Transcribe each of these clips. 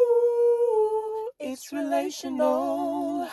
Ooh, it's relational.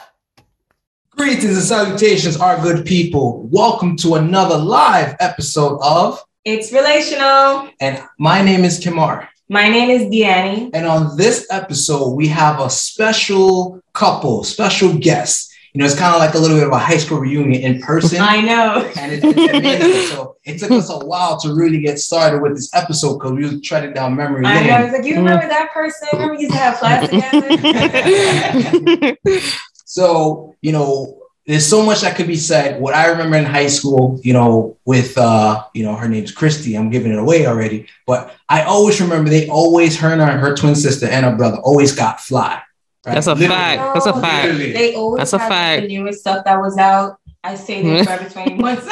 Greetings and salutations, our good people. Welcome to another live episode of, It's relational. and my name is Kimar. My name is Deannie. And on this episode, we have a special couple, special guest. You know, it's kind of like a little bit of a high school reunion in person. I know. and it's, it's amazing. so it took us a while to really get started with this episode because we were treading down memory I know. lane. It's like, Mm. you remember that person? Remember we used to have class together? So, you know, there's so much that could be said. What I remember in high school, you know, with uh, you know, her name's Christy. I'm giving it away already, but I always remember they always her and her, her twin sister and her brother always got fly. right? That's a Literally. fact. That's a No, fact. Literally. They always That's a have fact. the newest stuff that was out. I say this for every 20 months.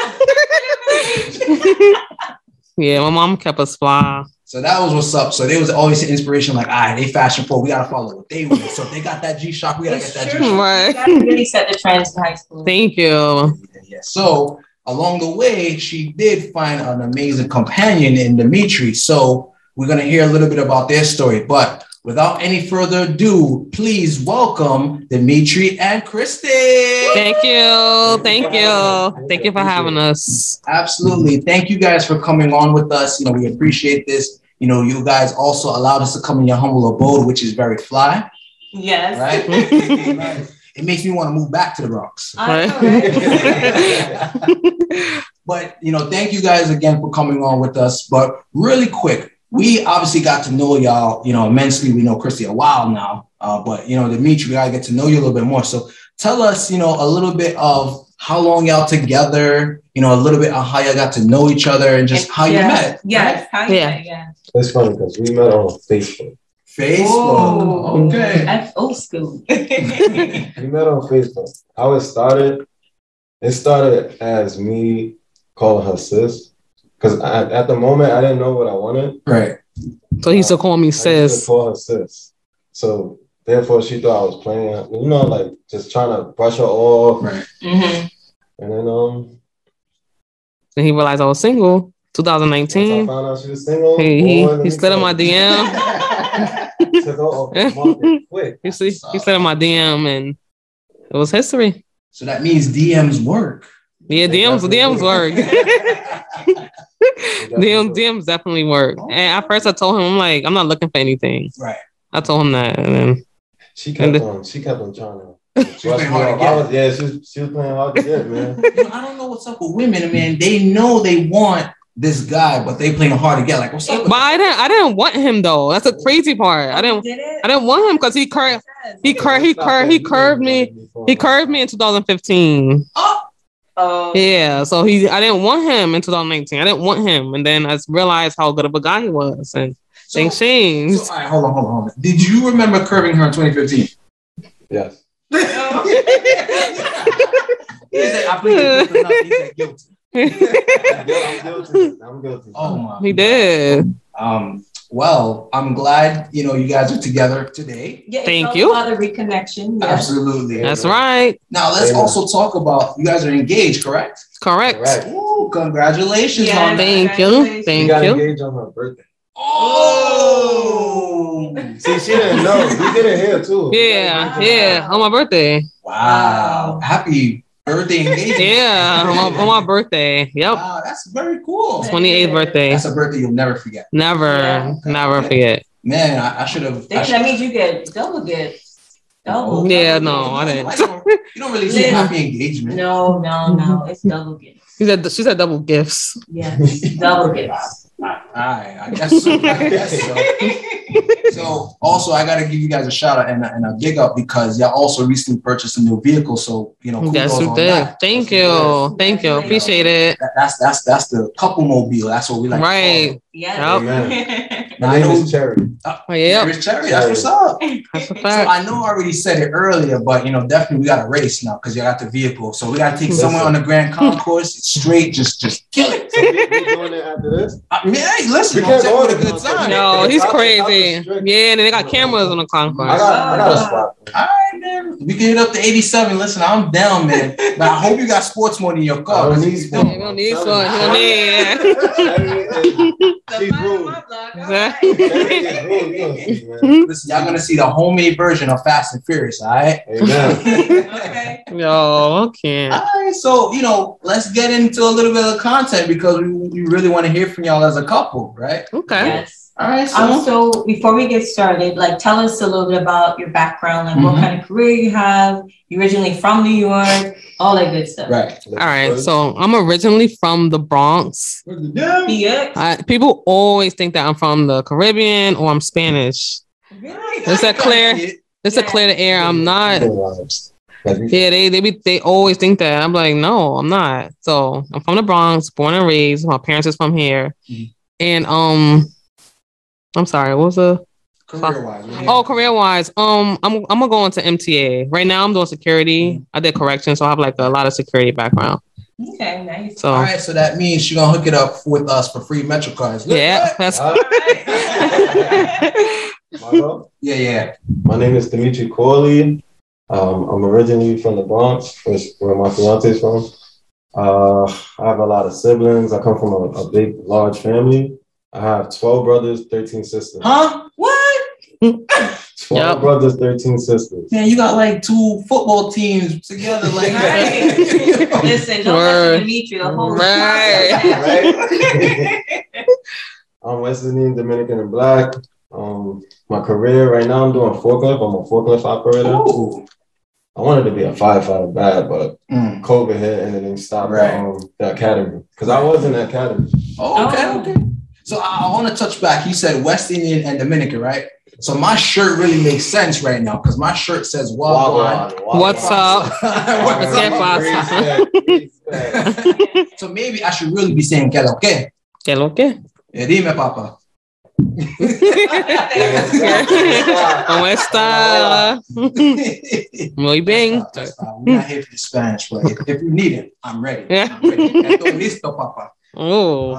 yeah, my mom kept us fly. So that was what's up. So they was always an inspiration, like, all right, they fashion forward. We gotta follow what they wear. So if they got that G Shock, we gotta It's get that G true. Shock. Right. that really set the trends in high school. Thank you. Yeah. So along the way, she did find an amazing companion in Dimitri. So we're gonna hear a little bit about their story. But without any further ado, please welcome Dimitri and Kristen. Thank you. Thank you. Thank you for having us. Absolutely. Thank you guys for coming on with us. You know, we appreciate this. You know, you guys also allowed us to come in your humble abode, which is very fly, yes. right? it makes me want to move back to the Bronx. I know, right? but you know, thank you guys again for coming on with us. But really quick, we obviously got to know y'all, you know, immensely. We know Christy a while now, uh, but you know, Dimitri, we gotta get to know you a little bit more. So tell us, you know, a little bit of how long y'all together. You know, a little bit of how y'all got to know each other and just how you Yes. met. right? Yes. How you Yeah. met. Yeah. It's funny because we met on Facebook. Facebook. Whoa. Okay. That's old school. We met on Facebook. How it started, it started as me calling her sis. Because at the moment, I didn't know what I wanted. Right. So he used to call me I used to sis. call her sis. So therefore, she thought I was playing, you know, like just trying to brush her off. Right. Mhm. And then um, And he realized I was single. once I 2019. found out she was single, He he, boy, he slid in my DM. She said, "Oh, oh, market, quick. He, slid- he slid in my DM and it was history. so that means DMs work. Yeah, DMs DMs work. DM, DMs definitely work. And at first I told him, I'm like, I'm not looking for anything. Right. I told him that. And then She kept And- on. She kept on trying to. She was playing hard to I get. was, yeah, she was, she was playing hard to get, man. You know, I don't know what's up with women, man. They know they want this guy, but they playing hard to get. Like, what's up? With but I didn't I didn't want him though. That's the crazy part. I didn't Did it? I didn't want him because he cur- he cur- he cur- he curved me he curved me in 2015. Oh. Yeah, so he I didn't want him in 2019. I didn't want him, and then I s- realized how good of a guy he was, and So- things changed. so- all right, hold on, hold on, hold on. Did you remember curving her in 2015? Yes. He said, I played it good enough. He said, guilty. I'm guilty. I'm guilty. Oh my. he did. Um, well, I'm glad you know you guys are together today. Yeah, it's Thank all you. About the reconnection. Yeah. Absolutely. That's right. Now let's Amen. also talk about you guys are engaged, correct? Correct. Correct. Ooh, congratulations Yeah. on that. Thank you. Congratulations. We Thank got you. engaged on her birthday. Oh. See, she didn't know. We did it here too. Yeah, Wow. yeah. On my birthday. Wow. Happy birthday engagement. Yeah, on my, on my birthday. Yep. Wow, that's very cool. 28th birthday. That's a birthday you'll never forget. Never, Yeah. never forget. Man, I, I should have. Dang, that means you get double gifts. Double. Yeah, double no, I didn't. You don't really see happy engagement. gifts. No, no, no. It's double gifts. She said she said double gifts. Yes, double gifts. All right, I guess so. I guess so. So, also, I got to give you guys a shout out and a, and a big up because y'all also recently purchased a new vehicle. So, you know, kudos Yes, we on did. that. Thank Yes. you. Thank you. Appreciate it. That- that's that's that's the couple mobile. That's what we like. to call it. Right. Yes. My name is Cherry. Yep. Here's Cherry. That's what's up. That's a So fact. I know I already said it earlier, but you know, definitely we got to race now because you got the vehicle. So we got to take Listen. someone on the Grand Concourse straight, just just kill it. So we, we doing it after this? I mean, hey, listen, We I'm can't saying go what a to good concert. time. No. No, They he's got- they got crazy. Yeah, restricted. and then they got cameras on the I concourse. got, I got a spot. All right, man. We can hit up the 87. Listen, I'm down, man. But I hope you got sports money in your car. I don't 'cause need if you sports. don't, They don't need I'm one. He don't telling need. Saturday The She's fire on rude. my block. All right. Exactly. is- Saturday is rude. We don't see, man. Listen, y'all gonna see the homemade version of Fast and Furious, all right? Amen. Okay. Yo, okay. All right, so you know, let's get into a little bit of content because we, we really want to hear from y'all as a couple, right? Okay. Yes. All right, so Um, so before we get started, like tell us a little bit about your background, like Mhm. Mm-hmm. what kind of career you have. You originally from New York, all that good stuff. right. All right. So I'm originally from the Bronx. Yeah. I, people always think that I'm from the Caribbean or I'm Spanish. Is that clear? It's a Yeah. clear to air. I'm not. Like, we- Yeah, they they be, they always think that. I'm like, no, I'm not. So I'm from the Bronx, born and raised. My parents is from here, Mm-hmm. Mhm. and um, I'm sorry. What was the Career wise. oh career wise? Um, I'm I'm gonna go into MTA right now. I'm doing security. Mhm. I did corrections, so I have like a lot of security background. Okay, nice. So All right, so that means she's gonna hook it up with us for free Metro cards. Look yeah, at that. that's Uh, Margo, Yeah, yeah. My name is Dimitri Corley. Um, I'm originally from the Bronx, which where my fiance is from. Uh, I have a lot of siblings. I come from a, a big, large family. I have 12 brothers, 13 sisters. Huh? What? 12 Yep. brothers, 13 sisters. Man, you got like two football teams together, like Right. Listen, don't Word. let Dimitri the whole Right. Right? I'm West Indian, Dominican, and Black. Um, my career right now, I'm doing forklift. I'm a forklift operator. Ooh. I wanted to be a firefighter bad, but Mm. COVID hit and it didn't stop Right. um, the academy because I was in the academy. Oh, okay, Oh. okay. So I, I want to touch back. You said West Indian and Dominican, right? So my shirt really makes sense right now because my shirt says Wagwan. What's uh, up? What's Yeah, up? Wagwan. up? so maybe I should really be saying que lo que. que lo que. Eh, Dime, papa. Como está? Muy bien. That's fine. We're not here for the Spanish, but if, if you need it, I'm ready. I'm ready. Estoy listo, papa. Oh.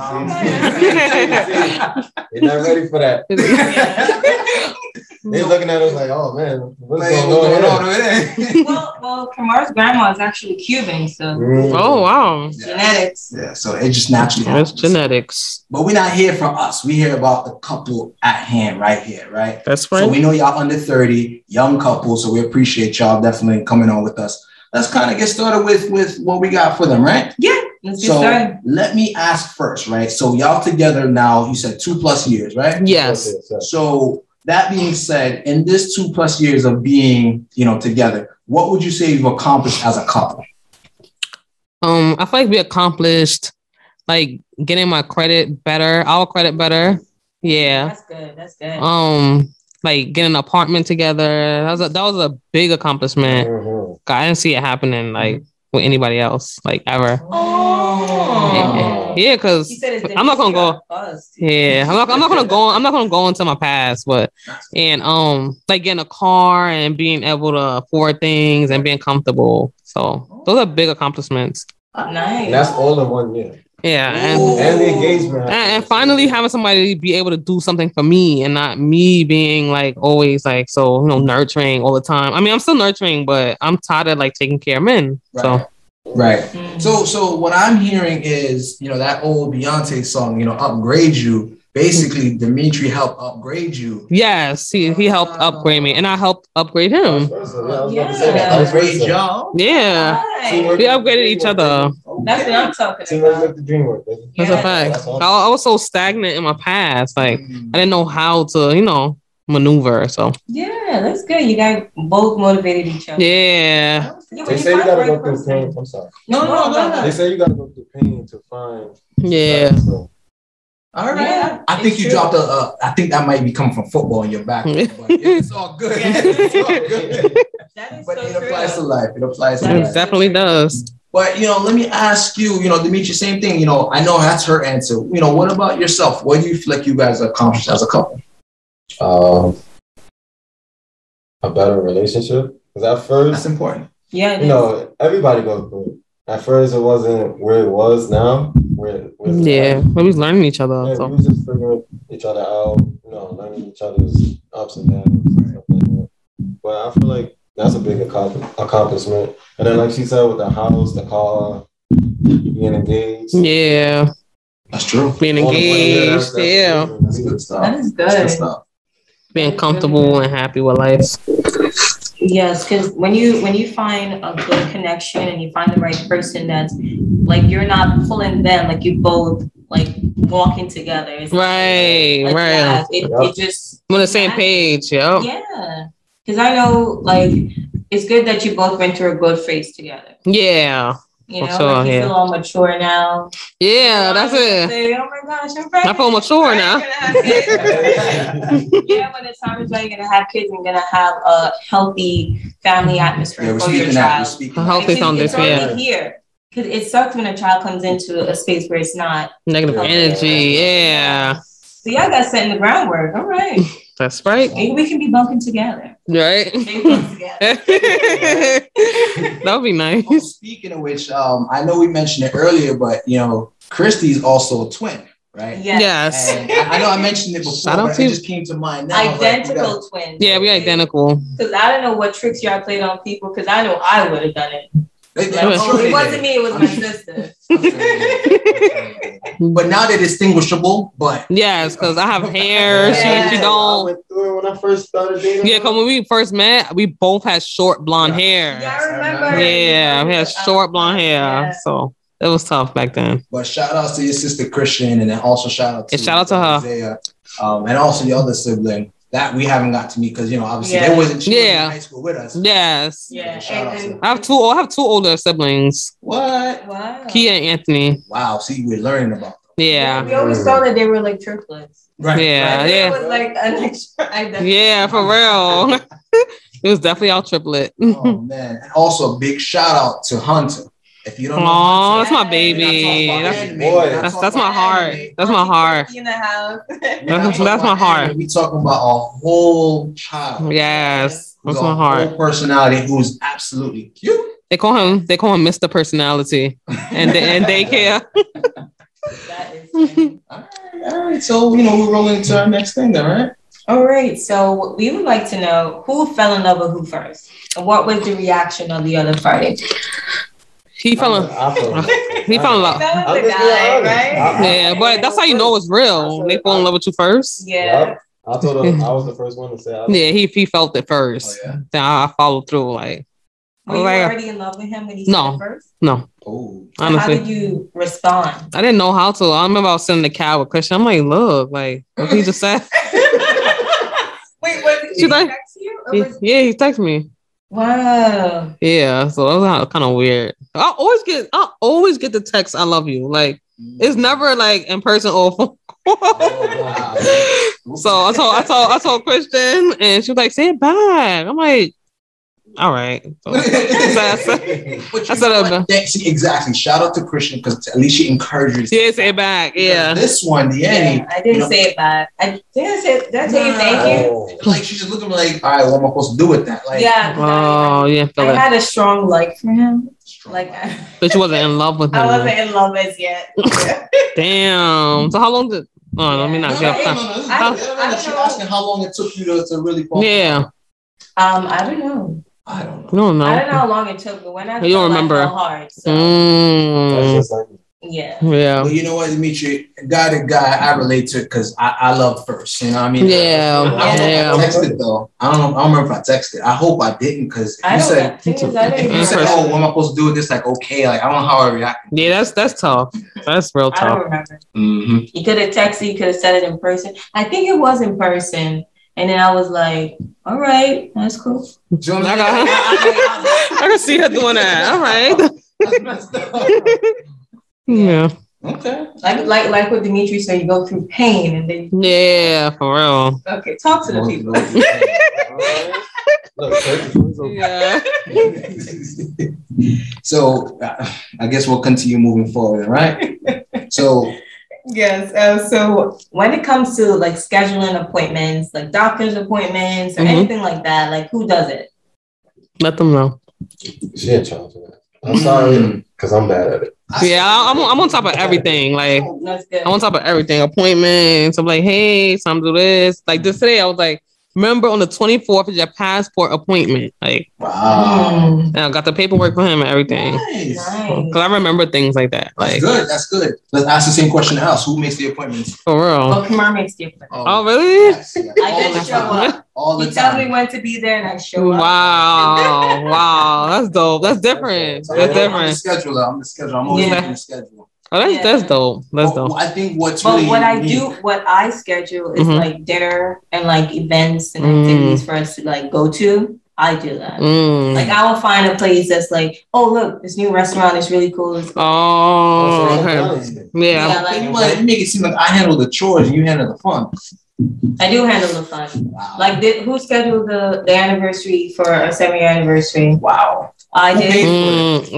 Um, They're not ready for that. They're looking at us like, oh man, what's Like, going, what's going on on? over there? well, well, Kamar's grandma is actually Cuban, so Mm. Oh wow. genetics. Yeah, so it just naturally That's happens. genetics. But we're not here for us. We hear about the couple at hand right here, right? That's So right. we know y'all under 30, young couple. So we appreciate y'all definitely coming on with us. Let's kind of get started with with what we got for them, right? Let's get So started. let me ask first, right? So y'all together now, you said two plus years, right? yes. So that being said, in this two plus years of being, you know, together, what would you say you've accomplished as a couple? Um, I feel like we accomplished like getting my credit better, our credit better. Yeah. That's good. That's good. Um, like getting an apartment together. That was a, that was a big accomplishment. Mhm. God, I didn't see it happening like with anybody else, like ever. Oh. Yeah, cause He said his I'm not gonna go. dimensions got buzzed. Yeah, I'm not. I'm not gonna go. I'm not gonna go into my past, but and um, like getting a car and being able to afford things and being comfortable. So those are big accomplishments. Nice. And that's all in one year. Yeah, Ooh. and, And the engagement. and happened. and finally having somebody be able to do something for me and not me being like always like so you know nurturing all the time. I mean, I'm still nurturing, but I'm tired of like taking care of men. So Right. Mm. So, so what I'm hearing is, you know, that old Beyonce song, you know, upgrade you. Basically, Dimitri helped upgrade you. yes, he he helped upgrade me, and I helped upgrade Vice him. versa, yeah, I was about to say that. Yeah. Vice Upgrade versa. y'all. Yeah, Nice. Teamwork we make the upgraded dream each work, other. baby. That's what I'm talking Teamwork about. make the dream work. baby. That's Yeah. a fact. That's all. I, I was so stagnant in my past. Like Mm. I didn't know how to, you know, maneuver. So Yeah, that's good. You guys both motivated each other. yeah, Yeah, when They say you find the gotta right go through person. pain. I'm sorry. No, no, no, no. They say you gotta go through pain to find. yeah. So, All right. Yeah, I think it's you true. dropped a. Uh, I think that might be coming from football in your back. but it's all good. It's all good. That is But so it true. applies to life. It applies to That It life. is- definitely does. But you know, let me ask you. You know, Dimitri, same thing. You know, I know that's her answer. You know, what about yourself? What do you feel like you guys accomplished as a couple? um, a better relationship. Because at That's first, important. Yeah, it you is. know, everybody goes through. it. At first, it wasn't where it was now, We're, we're Yeah, but we was learning each other. Yeah, so. we was just figuring each other out, you know, learning each other's ups and downs and stuff like that. But I feel like that's a big accom- accomplishment. And then, like she said, with the house, the car, being engaged. Yeah, That's true. being All the money, that's- engaged, that's- yeah, That's that's good good. stuff. That is That's uh, good. stuff. being comfortable and happy with life. Yes, because when you when you find a good connection and you find the right person that's like you're not pulling them, like you both like walking together. It's like- Right, like, right. Oh. yeah, it, Yep. it just I'm on the same page, yo. Yeah, yeah. Because I know like it's good that you both went through a good phase together. yeah, You For know, sure, like you yeah. feel all mature now. that's You know, it. say, oh my gosh, I'm pregnant. I feel mature I'm now. gonna have kids. yeah, when the time is right, you're gonna have kids and you're gonna have a healthy family atmosphere Yeah, we're for your speaking out. We're child. speaking A out. healthy Because it's foundation, yeah. already here. Because it sucks when a child comes into a space where it's not. Negative energy, yeah, So y'all got setting the groundwork. All right. that's right, Maybe we can be bunking together. right. Maybe bunking together. that would be Oh, nice. speaking of which, um, I know we mentioned it earlier, but you know, Christy's also a twin, right? Yes. Yes. And I I know I mentioned it before, Shout out but to it you. just came to mind now. I was like, we gotta- Identical twins. Yeah, we identical. Because I don't know what tricks y'all played on people. Because I know I would have done it. They- they- Like, I'm was- sure oh, they it wasn't did. me. It was my sister. but now they're distinguishable. But Yes, because I have hair. She, she Yeah. I don't. went through it when I first started dating. Yeah, because when we first met, we both had short blonde Yeah. hair. Yeah, I remember. Yeah, we had short blonde hair. Yeah. So it was tough back then. but shout out to your sister Christian, and then also shout out to uh, And shout out to her. Isaiah, um, and also your other sibling that we haven't got to meet because you know obviously Yeah. they wasn't she wasn't Yeah. in high school with us. Yes. Yeah. Shout out to And, I have two oh, I have two older siblings, What? and, wow. Kia and Anthony. Wow. See, we're learning about them. Yeah. We always thought that they were like triplets. Right. Yeah, Like, yeah. It was like an extra identity. Yeah, for real. it was definitely all triplet. Oh man! And also, a big shout out to Hunter. If you don't know, Oh, Hunter, that's my we're not baby. talking about That's anime, boy. we're not that's, talking that's my about heart. anime. That's my heart. In the house. We're not that's- talking that's my about anime, heart. We talking about a whole child. Yes. who's That's a my Whole heart. personality who's absolutely cute. They call him they call him Mr. Personality and and daycare. That is funny. All right, all right. So you know we're rolling into our next thing, then, right? All right. So we would like to know who fell in love with who first, and what was the reaction of the other party? He fell in I fell in love. He fell in love. That I'm was the just being guy, Uh-huh. honest. right? I- I- Yeah, but that's how you know it's real. They fall in love with you first. Yeah. Yup. I told her I was the first one to say I love Yeah, he he felt it first. Oh, yeah. Then I, I followed through. Like Were you Like- already in love with him when he No. said it first? no, Oh, honestly. How did you respond? I didn't know how to. I remember I was sitting in the car with Christian. I'm like, look, like what he just said. Wait, was it She like- text you? Or He- was- yeah, he texted me. wow. Yeah, so that was kind of weird. I always get, I always get the text, "I love you." Like it's never like in person or phone call. Oh, wow. so I told, I told, I told Christian, and she was like, "Say it back." I'm like, "All right." So, Which I is said, what- uh, thanks- exactly. Shout out to Christian because at least she encourages. yeah, say it back. Yeah, This one, the Yeah, Annie, I didn't know- say it back. I didn't say. Did I tell you thank you? Oh. like she's just looking like, all right, what am I supposed to do with that? Like, yeah. 'cause I- oh yeah, feel I that. had a strong like for him. strong. Like I, but uh, you wasn't in love with I him. wasn't in love as yet. Damn. So how long did? Oh, let me No, not no, get. no, off no, time. no, this is- I- no, no, no, I don't She know. asking how long it took you to, to really fall. Yeah, Um, I don't know. I don't know. you don't I don't know know. how long it took, but when I You don't fell, I remember. fell hard. So That's Mm, just like me. yeah. yeah. But you know what, Dimitri, guy to guy, I relate to it because I, I love first. You know what I mean? Yeah, I don't know yeah. if I texted though. I don't know. I don't remember if I texted. I hope I didn't because I you don't. said know. Thing is, I if didn't you said, Person. "Oh, remember. what am I supposed to do with this?" Like, okay, like I don't know how I react. Yeah, that's that's tough. That's real I don't tough. remember. Mm-hmm. You could have texted. You could have said it in person. I think it was in person, and then I was like, "All right, that's cool." You know what I, I'm got, I can see her doing that. All right. saying? That's messed up. Yeah. okay. Like, like, like what Dimitri said. You go through pain, and then Yeah, for real. okay, talk to the people. Look, Turkish was okay. Yeah. so uh, I guess we'll continue moving forward, right? So Yes. Uh, so when it comes to like scheduling appointments, like doctor's appointments or Mhm. anything like that, like who does it? Let them know. Mm. mm, She in charge of that. I'm sorry, because I'm bad at it. Yeah, I- I'm on, I'm on top of everything. Like That's good. I'm on top of everything. Appointments. I'm like, hey, time to do this. Like just today, I was like, remember on the 24th is your passport appointment. Like, Wow. Mm, and I got the paperwork for him and everything. Nice. nice. Cause I remember things like that. That's Like good. That's good. Let's ask the same question to us. Who makes the appointments? for real. Well, Kamar makes the appointment. Oh really? yes, yes. I All the did show time. up. All He the tells me time. when to be there, and I show up. Wow. Wow. That's dope. That's different. That's I'm the different. scheduler. I'm the scheduler. I'm always Yeah. making the schedule. Oh, that's that's dope. That's But dope. I think what's But really what I unique- do, what I schedule is Mhm. like dinner and like events and Mm. activities for us to like go to. I do that. Like Mm. I will find a place that's like, oh look, this new restaurant is really cool. It's- Oh, okay. Yeah. Yeah, like- you, want- you make it seem like I handle the chores and you handle the fun. I do handle the fun. Wow. Like did, who scheduled the, the anniversary for our seven year anniversary? wow. I did. Mm.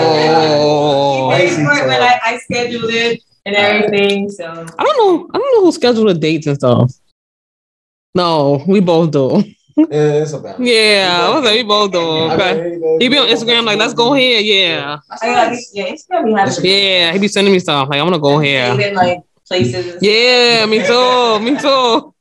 Oh. He paid Amazing, for it when Tara. I, I scheduled it and everything. So I don't know. I don't know who scheduled the dates and stuff. No, we both do. Yeah, it's about. Yeah, I was like, we both do. Okay. He be on Instagram like, let's go here. Yeah, That's I got nice. yeah, it's gonna be having yeah. He be sending me stuff like, I'm gonna go here. Even like places. Yeah, me too. Me too.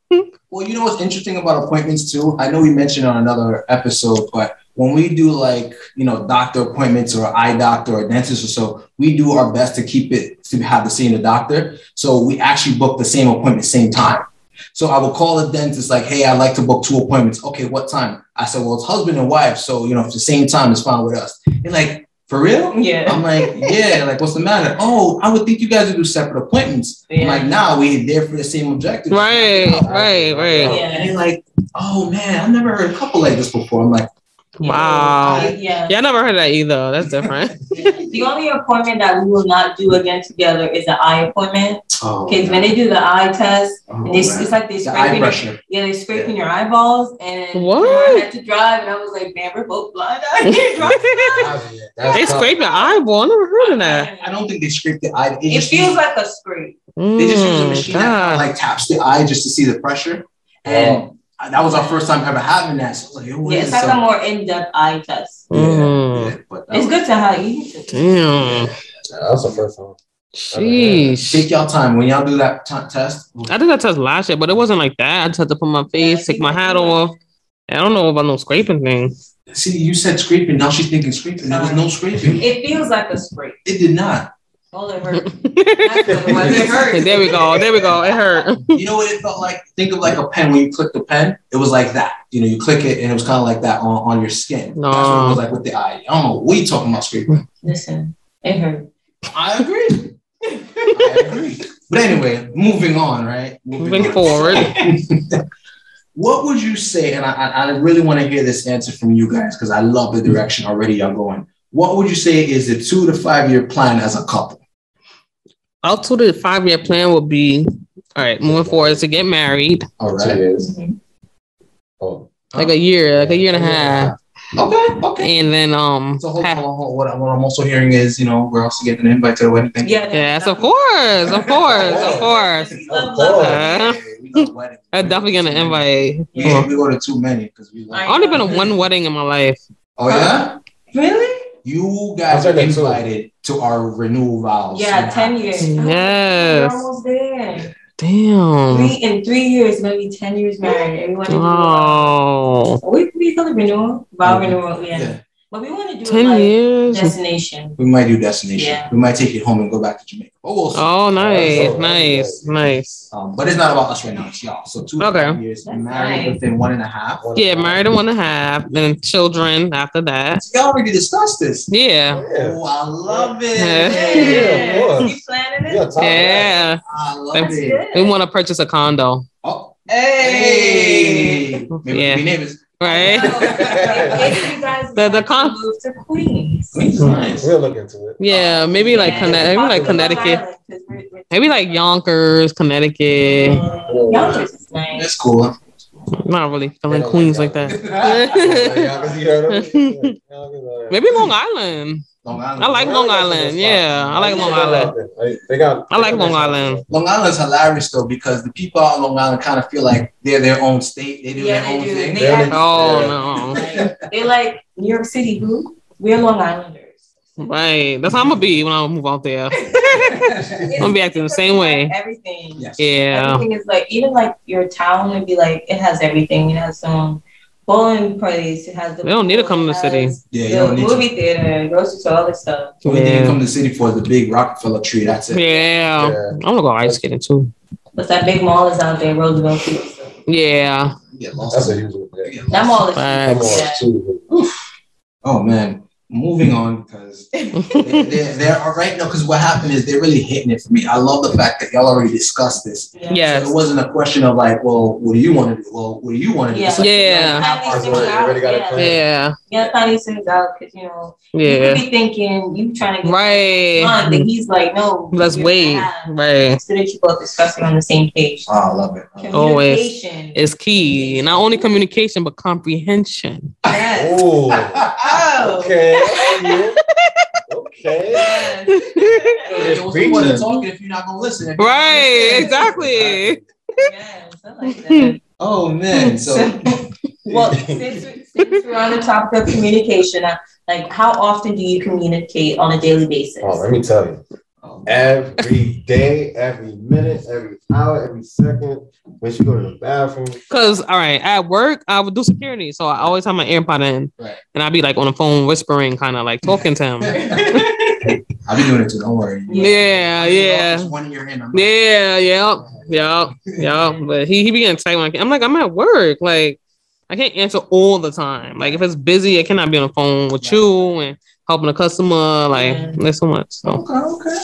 Well, you know what's interesting about appointments too? I know we mentioned on another episode, but when we do like, you know, doctor appointments or eye doctor or dentist or so, we do our best to keep it to have the same doctor. So we actually book the same appointment, same time. So I would call the dentist like, hey, I'd like to book two appointments. Okay, what time? I said, well, it's husband and wife. So, you know, if the same time is fine with us. And like, for real? Yeah. I'm like, yeah, like what's the matter? Oh, I would think you guys would do separate appointments. I'm Yeah. like, nah, we're there for the same objective. Right, right, right. And then like, oh man, I've never heard a couple like this before. I'm like, Wow. Yeah. Yeah, I never heard that either. That's different. The only appointment that we will not do again together is the eye appointment. Oh, Because when they do the eye test, oh, and they, man. it's like they the eye scraping, pressure. yeah, they scraping your eyeballs, and What? I had to drive, and I was like, man, we're both blind. I can't drive. they scrape your eyeball. I never heard of that. I don't think they scrape the eye. They It just feels use, like a scrape. they just use a Mm, machine that kinda, God. like taps the eye just to see the pressure. And that was our first time ever having that. So I was like, yo, what Yeah, is it's this? like a more in-depth eye test. Yeah, Mm. yeah, but that It's was- good to have you. need to- Damn. That's the first one. Sheesh. Take y'all time when y'all do that t- test. I did that test last year, but it wasn't like that. I just had to put my face, take my hat off. I don't know about no scraping thing. See, you said scraping. Now she's thinking scraping. There was no scraping. It feels like a scrape. It did not. All it hurt. That's what it was. It hurt. there we go. There we go. It hurt. You know what it felt like? Think of like a pen. When you click the pen, it was like that. You know, you click it and it was kind of like that on, on your skin. That's what it was like with the eye. I don't know what you talking about scraping. Listen, it hurt. I agree. I agree. But anyway, moving on, right? Moving forward. What would you say? And I, I I really want to hear this answer from you guys because I love the direction already y'all going. What would you say is the two to five year plan as a couple? Our two to five year plan would be all right, moving forward is to get married. All Two right. years. Mm-hmm. Oh, Like a year, like a year and a half. Okay. Okay. And then um So hold, have- hold, on, hold, what, I- what I'm also hearing is, you know, we're also getting an invite to the wedding. Thank you. Yeah. Yes, of course, of course, of course. We love Of love. course. Uh-huh. We got wedding. I'm definitely gonna invite. We, go- we go to too many because we I like. only been to one wedding in my life. Oh yeah, Really? you guys I've are been to two. invited to our renewal vows. Yeah, ten years. Oh, We're Yes. Oh. almost there. Damn. Three in three years, gonna be ten years married, and we want to Oh. do. We we call it renewal, vow renewal, yeah. Yeah. But we want to do it Ten like years. destination. We might do destination. Yeah. We might take it home and go back to Jamaica. But we'll see. Oh nice, nice, nice. Um, but it's not about us right now. It's y'all. So two to Okay. five years That's married nice. within one and a half. one Yeah, time. married and one and a half, then children after that. Y'all already discussed this. Yeah. Yeah. Oh, I love it. Yeah. of course. You planning it? You're top of Yeah. that. I love That's it. good. We want to purchase a condo, Oh, hey. Maybe Yeah. we be neighbors. right? No, in case you guys The- the decide to con- move to Queens. Queens is nice. We'll look into it. Yeah, maybe like Yeah, Connecticut, maybe like possibly Long Connecticut, Island, 'cause we're- we're- maybe like Yonkers, Connecticut. Yonkers is nice. That's cool. Not really feeling They don't like Queens like Yonkers. that. Maybe Maybe Long Island. Long Island. I like Long Island. Yeah, I like Long Island. They got. I like Long Island. Long Island's hilarious though because the people out on Long Island kind of feel like they're their own state. They do their Yeah, they own do. thing. They Really? have- Oh no. Like, They're like New York City, who? We're Long Islanders. Hmm. Right. That's how I'm gonna be when I move out there. I'm gonna be acting the same way. Everything. Yes. Yeah. Everything is like even like your town would be like it has everything. It has um bowling place. It has the. They don't need to come to the it city. has Yeah, you The don't need to. movie theater, grocery store, all this stuff. The only thing you Yeah. come to the city for is the big Rockefeller tree. That's it. Yeah. I'm gonna go ice skating too. But that big mall is out there, Roosevelt Field. so. Yeah. You get lost. That's a huge one. You Yeah. get lost. That mall is. Come Facts. on, too. Oh man, moving on because they, they, they're all right now. Because what happened is they're really hitting it for me. I love the fact that y'all already discussed this. Yeah. Yes. It wasn't a question of like, well, what do you want to do? Well, what do you want to do? Yeah. It's like, Yeah. have our Find these things You vote. already- you already out, got a yeah. plan. Yeah. Yeah, find these things out because you know you Yeah. could be thinking you trying to get on, but Right. he's like, no, Let's we're wait. not. Right. So that you both discussing on the same page. Oh, I love it. I love it. Always. Communication. It's key. Not only communication but comprehension. Yes. Oh, Oh. okay. Yeah. Okay. Yes. It's It was the one preaching. that's talking if you're not gonna listen. If you're not Right. listening- Exactly. Yes, I like that. Oh man, so Well, since, since we're on the topic of communication, uh, like how often do you communicate on a daily basis? Oh, let me tell you. oh, Every day, every minute, every hour, every second, when she go to the bathroom, Cause all right, at work I would do security, so I always have my AirPod in, Right. and I'd be like on the phone whispering, kind of like talking to him. I've been doing it too. Don't worry. Yeah, yeah, Just one in your hand. I'm not- yeah, yeah, yeah, yeah. But he he be getting tight when I can. I'm like I'm at work, like I can't answer all the time. Like if it's busy, I cannot be on the phone with you and helping a customer. Like Yeah. there's so much. So Okay, okay.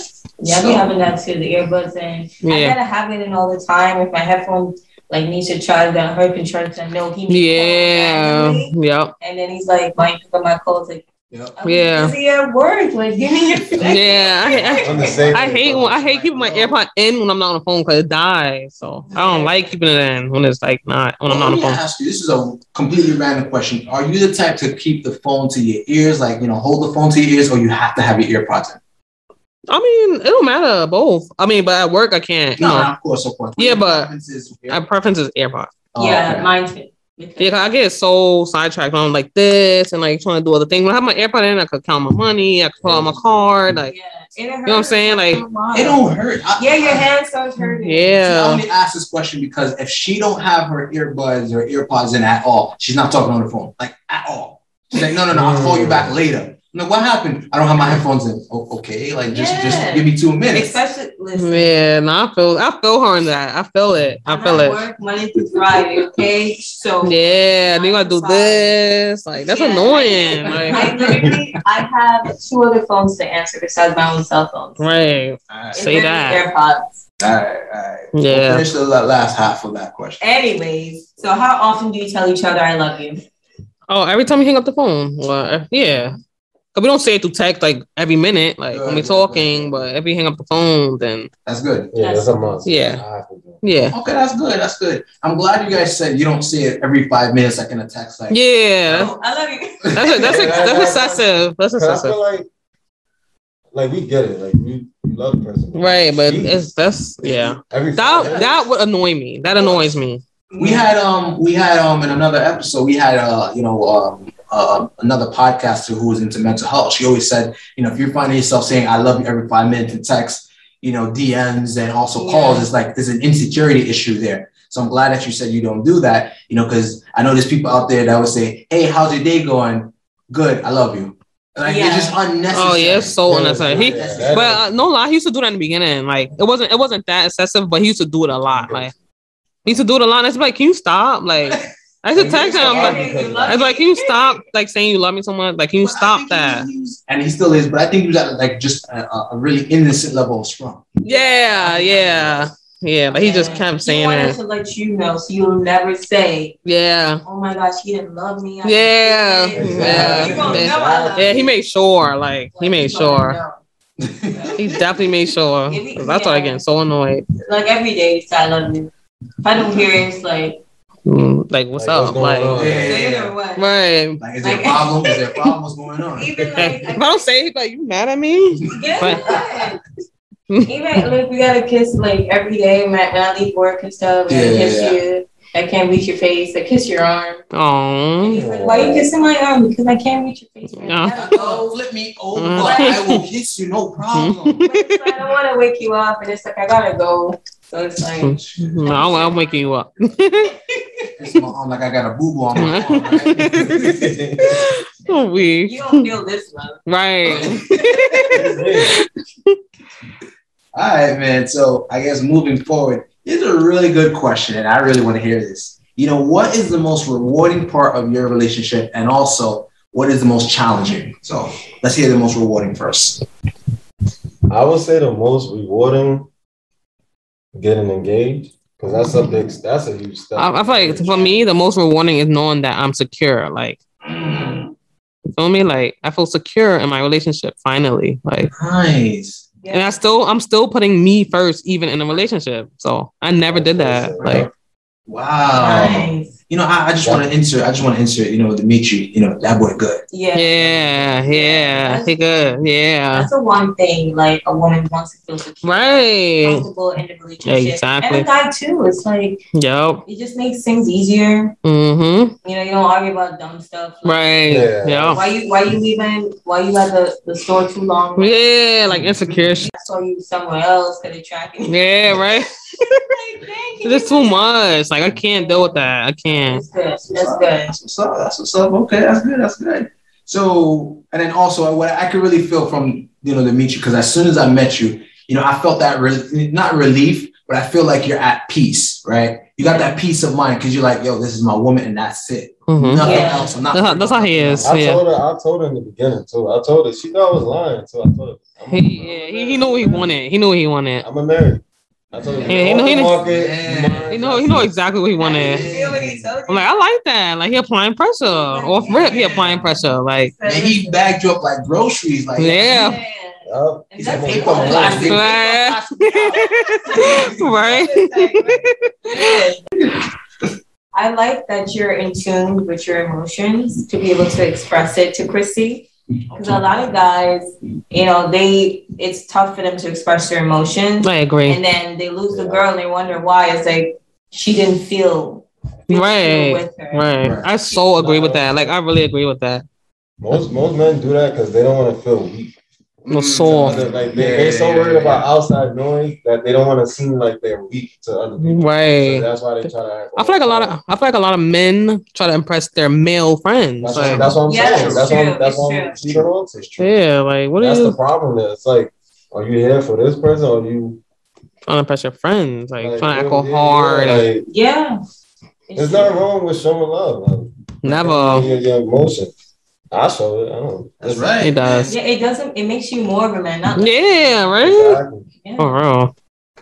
Yeah, I So- be having that too, the earbuds in. I Yeah. gotta have it in all the time. If my headphones like needs to charge, then her can charge. I know he needs yeah, to call me. yep, And then he's like, Mike, pick up my calls. Like, Yep. I'm Yeah. busy at work. Like, give me your second. yeah. I, I, I'm the same. I hate when, I hate keeping my AirPod in when I'm not on the phone because it dies. So I don't like keeping it in when it's like not when I'm not Let on the me phone. ask you. This is a completely random question. Are you the type to keep the phone to your ears, like you know, hold the phone to your ears, or you have to have your earpods in? I mean, it don't matter both. I mean, but at work I can't. You No, know, of course, of course. Yeah, but- Preference is- my preference is AirPod. Oh, yeah, okay. mine too. Yeah, 'cause I get so sidetracked on like this and like trying to do other things. When I have my AirPod in, I could count my money, I could pull out my card, like yeah. You know know what I'm saying? Like, it don't hurt. I- yeah, your I- hand starts hurting. I yeah, only ask this question because if she don't have her earbuds or earpods in at all, she's not talking on the phone, like at all. She's like, no, no, no, I'll call you Hmm. back later. No, what happened? I don't have my headphones in. Oh, okay, like just, just Yeah. give me two minutes. Especially, listen. yeah. No, I feel, I feel her in that. I feel it. I I'm feel at it. Work Monday through Friday, okay? So Yeah, then I do this. Like that's Yeah. annoying. Like, I literally, I have two other phones to answer besides my own cell phone. right? All right, It's Say really that. AirPods. all right, all right. We'll Yeah. finish the la- last half of that question. Anyways, so how often do you tell each other I love you? Oh, every time you hang up the phone, well, yeah. Cause we don't say it through text like every minute, like when we're talking. But if we hang up the phone, then That's good. Yeah, that's a must. Yeah. I have to do it. yeah, Okay, that's good. That's good. I'm glad you guys said you don't see it every five minutes, like in a text. Like, yeah. Oh, I love you. That's that's that's excessive. That's 'Cause I excessive. feel like, like we get it. Like we, we love the person. Right, but Jeez. it's that's yeah. Every That that would annoy me. That annoys me. We had um we had um in another episode we had uh you know um uh, another podcaster who was into mental health. She always said you know if you're finding yourself saying I love you every five minutes in text, you know DMs and also Yeah. calls, it's like there's an insecurity issue there. So I'm glad that you said you don't do that. You know because I know there's people out there that would say, Hey, how's your day going? Good, I love you. Like Yeah. it's just unnecessary. Oh yeah, it's so Yeah, unnecessary. He, yeah, that but is- uh, no lie, he used to do that in the beginning. Like it wasn't it wasn't that excessive, but he used to do it a lot. Like he used to do it a lot. And it's like, can you stop? Like I used to text him. Like, it's like, can you stop? Like saying you love me so much. Like can you But I stop think he that? was- he was- and he still is, but I think he was at like just a, a- a really innocent level of strong. Yeah, yeah, yeah. Like he just kept He saying wanted it. to let you know, so you'll never say, Yeah, "Oh my gosh, he didn't love me." I Yeah, didn't do this." yeah, You gonna yeah. know I love yeah. He you. made sure. Like he Like, made you gonna sure. know. He definitely made sure. That's why I get so annoyed. Like every day, you say I love you. If I don't hear it, it's like, Mm, Like what's Like, what's up? going Like. Yeah, on? yeah, "Later yeah. what?" Right. Like, is there a problem? Is there a problem? What's going on? Even like, If I don't say it, he'd be like, you mad at me? Yeah. But- Even like we gotta kiss like every day, man. When I leave work and stuff, and Yeah, kiss yeah, you. I can't reach your face. I kiss your arm. And Oh. he's like, why you kissing my arm? Because I can't reach your face. Right Yeah. now. Oh, flip me over. Mm-hmm. I will kiss you, no problem. But it's like, I don't want to wake you up, and it's like I gotta go. So it's like No, I'll, I'll wake you up. Kiss my arm like I got a boo boo on my arm. right? Oh, we. you don't feel this love. Right. All right, man. So I guess moving forward, here's a really good question, and I really want to hear this. You know, what is the most rewarding part of your relationship, and also what is the most challenging? So let's hear the most rewarding first. I would say the most rewarding getting engaged because that's a big, that's a huge step. I, I feel like for me, the most rewarding is knowing that I'm secure. Like, you feel me? Like, I feel secure in my relationship finally. Like, Nice. and I still, I'm still putting me first, even in a relationship. So I never did that. Like, Wow. Nice. You know, I, I just want to insert. I just want to insert. You know, Dimitri. You know, that boy good. Yeah. yeah, yeah, he good, yeah, That's the one thing like a woman wants to feel secure, right, comfortable in the relationship, Exactly. and a guy too. It's like yep, it just makes things easier. mm-hmm, You know, you don't argue about dumb stuff. Like, right, Oh. Yeah. yeah, Why you Why you leaving? Why you at the, the store too long? yeah, like insecure, shit. I saw you somewhere else because they're tracking. you. yeah, right. Like, thank you. It's too much. Like I can't deal with that. I can't. That's good. That's good. That's what's up. That's what's up. Okay, that's good. That's good. So, and then also, what I could really feel from you know to meet you because as soon as I met you, you know, I felt that re- not relief, but I feel like you're at peace, right? You got that peace of mind because you're like, yo, this is my woman, and that's it. Mhm. Nothing Yeah. else. I'm not. That's how- that's how he is. I Yeah. told her. I told her in the beginning too. I told her she thought I was lying too. I told her. I'm a- He, yeah, he, he knew what he wanted. He knew what he wanted. I'm a married. I told her. Yeah, he off know- he the know- market, Yeah. He know he know exactly what he wanted. Feel what he told you. I'm like, I like that. Like he applying pressure. Off rip, he applying pressure. Like And he bagged you up like groceries, like Yeah. Yup. And that's Paper important. plastic. Right. right. I like that you're in tune with your emotions to be able to express it to Chrissy. Because a lot of guys, you know, they it's tough for them to express their emotions, I agree. and then they lose the Yeah. girl and they wonder why. It's like she didn't feel, feel Right. with her. Right. I so agree with that. Like I really agree with that. Most most men do that because they don't want to feel weak. No soul. Like they, they're so worried about outside noise that they don't want to seem like they're weak to other people. So Right. that's why they try to. Act I feel like a lot of I feel like a lot of men try to impress their male friends. That's, what, Like that's what I'm Yeah, saying. it's That's true. what. That's what I'm It's cheating on. It's true. yeah, like what are that's the you problem. Is it's like, are you here for this person? Or are you trying to impress your friends? Like trying to yeah, echo yeah, hard. Like, Yeah. there's nothing wrong with showing love. Like, Never. your, your emotion. I show it. I don't. That's right. He does. Yeah, it doesn't. It makes you more of a man. Not Yeah, right? Exactly. yeah. For real.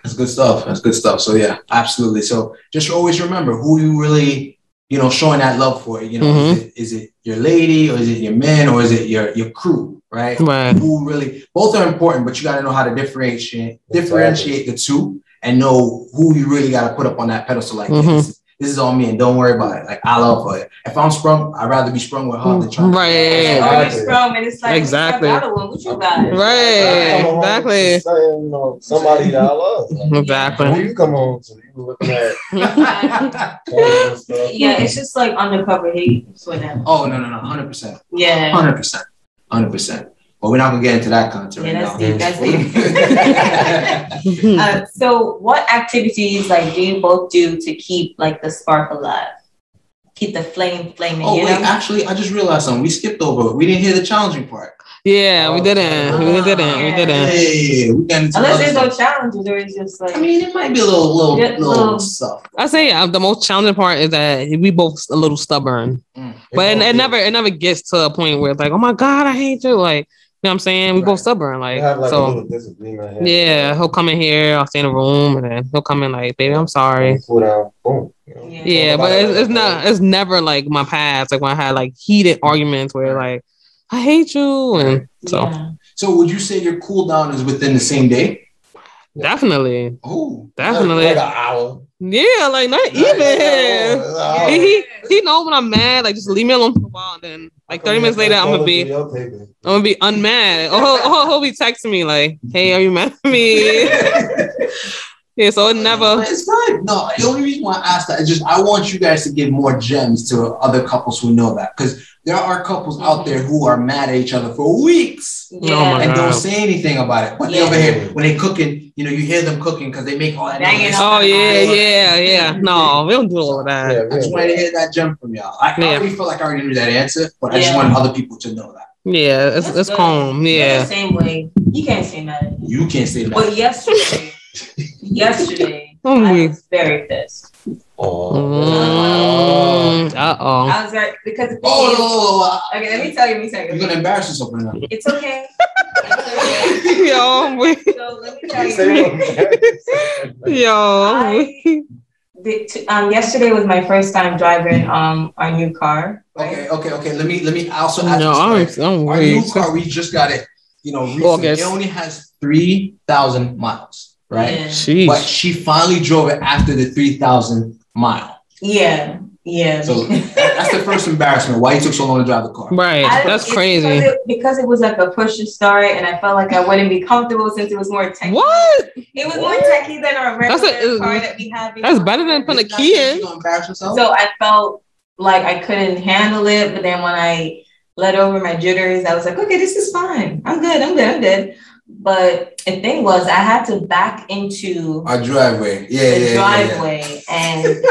That's good stuff. That's good stuff. So yeah, absolutely. So just always remember who you really, you know, showing that love for. You know, Mhm. is, it, is it your lady or is it your men or is it your your crew? Right. Right. Who really? Both are important, but you got to know how to differentiate differentiate the two and know who you really got to put up on that pedestal. Like Mhm. this, this is on me, and don't worry about it. Like I love her. If I'm sprung, I'd rather be sprung with her than trying. to- Right. Oh, it's from, and it's like Exactly. What you got, Owen? What you got? Right. Come home exactly. to Something, you know, somebody that I love. Like, Exactly. when you come home to, you looking at photos and stuff. Yeah, it's just like undercover hate. It's whatever. oh no no no, hundred percent. Yeah. Hundred percent, hundred percent. But we're not gonna get into that content Yeah, right that's now. deep. That's deep. Uh, so, what activities like do you both do to keep like the spark alive? Keep the flame flaming. oh you wait, know? actually, I just realized something. We skipped over. it. We didn't hear the challenging part. Yeah, we didn't. We didn't. We didn't. Hey, we got into Unless other there's no stuff. challenges, or it's just like I mean, it might be a little, little, Yeah, little, little- stuff. I say uh, the most challenging part is that we both a little stubborn, Mm. but it, it never it never gets to a point where it's like, oh my god, I hate you. Like, you know what I'm saying? We Right. both stubborn. They Like, have like a so little disagreement. here. yeah, he'll come in here, I'll stay in the room, and then he'll come in like, baby, I'm sorry. Cool down. Boom. You know? Yeah. Yeah, but it's, it's not. It's never like my past. Like when I had like heated arguments where like, I hate you, and so yeah. So, would you say your cool down is within the same day? definitely, Oh, definitely, Like an hour. yeah, like not even. Like he, an hour. he he know when I'm mad. Like just leave me alone for a while. Then like 30 minutes later, I'm gonna be I'm Your paper. gonna be oh, unmad. Oh, he'll, he'll, he'll be texting me like, "Hey, are you mad at me?" Yeah, so it never. But it's good. No, the only reason why I asked that is just I want you guys to give more gems to other couples who know that because there are couples out there who are mad at each other for weeks my Yeah. and God. don't say anything about it. But they Yeah. over here when they cooking, you know, you hear them cooking because they make all that. Banging noise. on. Oh yeah, yeah, yeah. No, we don't do all of Yeah, that. I just yeah. wanted to hear that gem from y'all. I, I Yeah. already feel like I already knew that answer, but I just Yeah. wanted other people to know that Yeah, it's That's it's good. calm. You're the Yeah. Same way. You can't say mad at me. you can't say that. But yesterday, yesterday, Oh, I we- was very pissed. Oh, Mm, uh oh. I was very because the thing oh is- no, no, okay, let me tell you, let me tell no, no, you're gonna you. embarrass yourself right now. It's okay. It's okay. Yo, we- so let me You tell you. say what? yo. we- The, t- um, yesterday was my first time driving um our new car. right? Okay, okay, okay. Let me let me also ask. No, this I'm question. I'm Our new weird. car, we just got it. You know, recently. August. it only has three thousand miles, right? Yeah. But Sheesh. she finally drove it after the three thousand mile. Yeah. Yeah. So that- that's the first embarrassment. Why you took so long to drive the car? Right. I- That's it's Because crazy. it, because it was like a push to start, and I felt like I wouldn't be comfortable since it was more techy. What? It was What? more techy than our regular That's a- it- car that we have. That's better than putting a Isn't that key something in. you gonna embarrass yourself. So I felt like I couldn't handle it, but then when I let over my jitters, I was like, okay, this is fine. I'm good. I'm good. I'm good. But the thing was, I had to back into Our driveway. Yeah, yeah, the yeah, yeah. driveway, and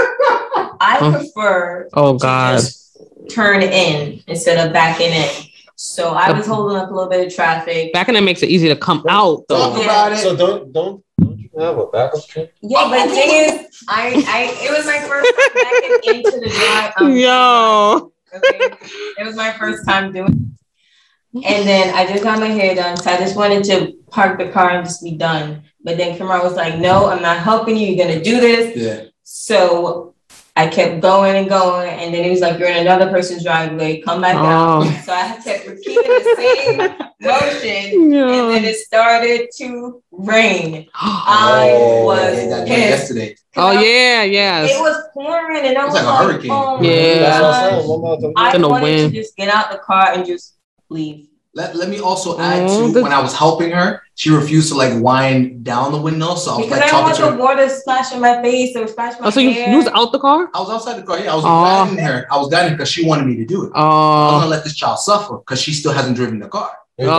I Huh. prefer Oh to God. just turn in instead of backing in. So I was holding up a little bit of traffic. Backing that makes it easy to come out Talk though. Yeah. about it. So don't don't don't you have a backup train? Yeah, but the thing is, I, I it was my first time backing into the drive. um, Yo. okay? It was my first time doing. it. And then I just got my hair done, so I just wanted to park the car and just be done. But then Kamar was like, "No, I'm not helping you. You're gonna do this." Yeah. So I kept going and going, and then he was like, "You're in another person's driveway. Come back out." Oh. So I kept repeating the same motion, and then Yeah. it started to rain. I Oh, was yeah, that day pissed. yesterday. Oh yeah, yes. It was pouring, and I It's was like a like, hurricane. "Oh my Yeah. That's what I'm God." saying. What about the- I In the wanted wind. to just get out the car and just leave. Let, let me also add Oh, to the- when I was helping her, she refused to like wind down the window. So I was Because like I talking to her. don't want the water splashing my face or splash my Oh, so you hair. you was out the car? I was outside the car. Yeah, I was Oh. guiding her. I was guiding her because she wanted me to do it. I was Oh. Uh-huh. gonna let this child suffer because she still hasn't driven the car.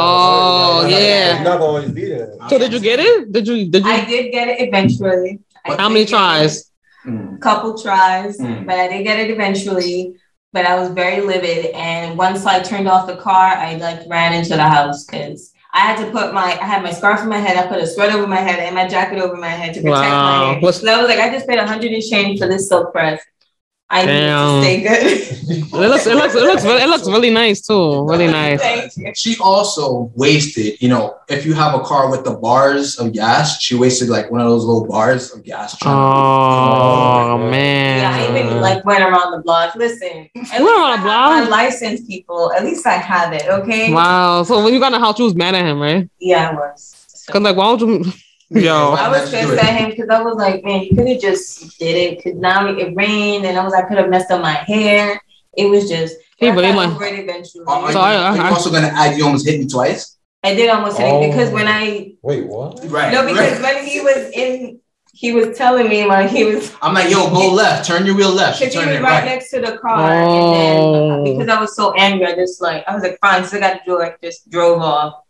Oh, yeah. It's not gonna always be there. So did you get it? Did you did you I did get it eventually. I how many did get it. tries? Mm. A couple tries, Hmm. Mm. but I did get it eventually. But I was very livid, and once I turned off the car, I like ran into the house because I had to put my I had my scarf on my head, I put a sweat over my head, and my jacket over my head to protect Wow. my hair. What's- So I was like, I just paid a hundred and change for this silk press. I Damn. need to stay good. It looks it looks it looks re- it looks really nice too. Really nice. Thank you. She also wasted, you know, if you have a car with the bars of gas, she wasted like one of those little bars of gas. trying to- Oh man. Yeah, I even like went around the block. Listen, at least Went around I the have block? My license, people. At least I have it. Okay. Wow. So when you got in the house, you was mad at him, right? Yeah, I was. So- Cause like, why would you? Yo. Why I did was you do pissed it? at him because I was like, man, you could have just did it. Cause now it rained, and I was like, I could have messed up my hair. It was just. Hey, I but they got like- over it eventually. Are, are So you, I- I- are you also gonna add you almost hit me twice? I did almost hit Oh. it because when I Wait, what? Right. no because when he was in, he was telling me like he was I'm like, yo, go left, turn your wheel left. She Because he was turned it right, right. next to the car, Oh. and then because I was so angry, I just like I was like, fine, so I got to do it. Just drove off,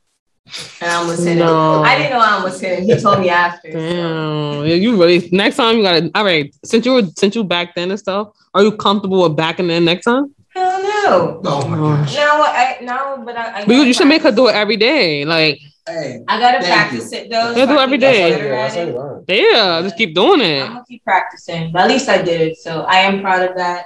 and I almost hit him. No. I didn't know I almost hit him. He told me after. so. Damn. Yeah, you really. Next time you gotta. All right. Since you were since you back then and stuff, are you comfortable with backing in next time? Hell no. Oh my Oh. gosh. Now I now, but I. I But you, you should make her practice. do it every day. Like, Hey, I gotta Thank practice it though. Yeah, do so I every can day. get better at That's how you it. learn. yeah, just keep doing it. I'm gonna keep practicing, but at least I did it, so I am proud of that.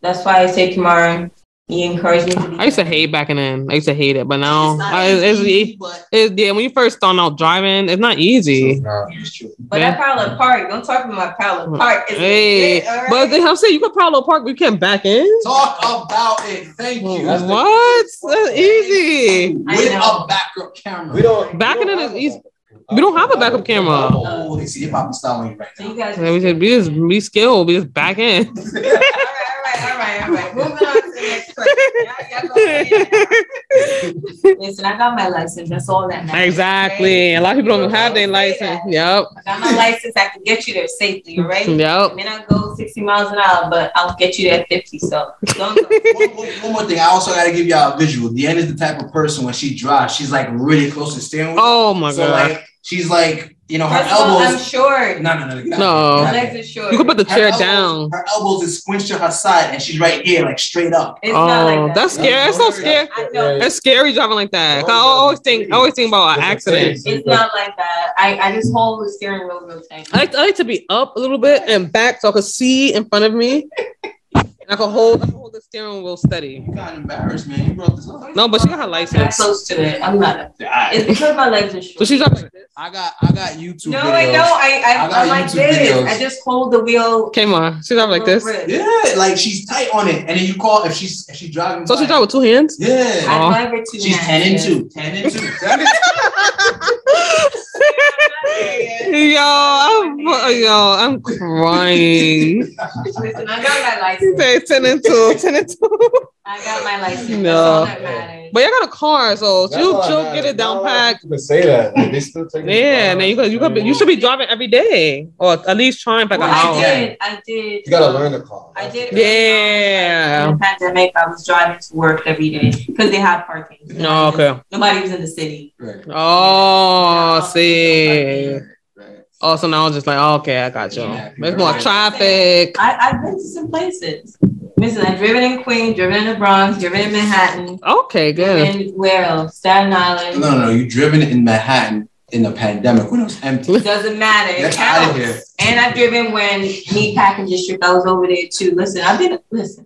That's why I say tomorrow, you encouraged me to be. I used to better. hate backing in. I used to hate it, but now it's not I, it's, easy, it, but yeah. When you first start out driving, it's not easy. Nah. it's true. But Yeah. that parallel park, don't talk about my parallel park. It's Hey, legit, all right? but then I'm saying you can parallel park, but you can't back in. Talk about it. Thank you. That's the- What? That's easy. I With know. a backup camera. We don't we Backing don't it have is a easy. backup. We don't have a backup camera. Oh, they see it popping style on you right So now. you guys. Yeah, we just be, just be skilled. We just back in. All right, all right, all right, all right. Moving on to the next Listen, I got my license. That's all that matters. Exactly. A lot of people don't have their Say license. that. Yep. I got my license. I can get you there safely, all right? I Yep. mean, I go 60 miles an hour, but I'll get you there at 50. So don't go. one, one- one more thing, I also gotta give y'all a visual. Deanna's the type of person when she drives, she's like really close to steering wheel. Oh my so god. like she's like, you know, her First of all, I'm Uh-huh. elbows. short. No, no, no, no. No. My legs are short. You can put the Her chair elbows- down. Her elbows is squinched to her side, and she's right here, like straight up. It's oh, not like that. that's scary. It's so scary. I know. It's scary driving like that. 'Cause I always think, I always think about an accident. It's not like that. I, I just hold the steering wheel real tight. I like, I like to be up a little bit and back so I can see in front of me. And I can hold, I can hold the steering wheel steady. You got embarrassed, man. You brought this up. No, but she got her I'm not license. close to it. I'm not. It's I, because my legs are So short. she's up like this. I got, I got YouTube. no, videos. I know. I, I, I I got am like YouTube this. videos. I just hold the wheel. Came on. She's up like real this. quick. Yeah, like she's tight on it, and then you call if she's if she's driving. So she by. drive with two hands? Yeah, Oh. I never too she's ten and two, ten and two. Ten and two. Yo, I'm yo, I'm crying. Listen, I got my She license. said ten and two, ten and two. I got my license. That's No. all that matters. But you got a car, so That's she'll all I she'll got. get it down Not a lot of packed. people say that. Like, they still take it Yeah, down. man, you could you could be, you should be driving every day or at least trying for like an Well, Wow. hour. I did. I did. um, You gotta learn the car. I did. Yeah. In the pandemic, I was driving to work every day because they had parking. No, okay. Nobody was in the city. Right, Yeah. Oh, see. right. Oh, so now I'm just like, okay, I got you. Yeah. There's more traffic. I, I've been to some places. Listen, I've driven in Queens, driven in the Bronx, driven in Manhattan, Okay, good. and where else? Staten No, Island. no, no. You driven in Manhattan in the pandemic when it was empty. Doesn't matter. It That's out of counts. here. And I've driven when Meatpacking District, I was over there too. Listen, I've been, listen,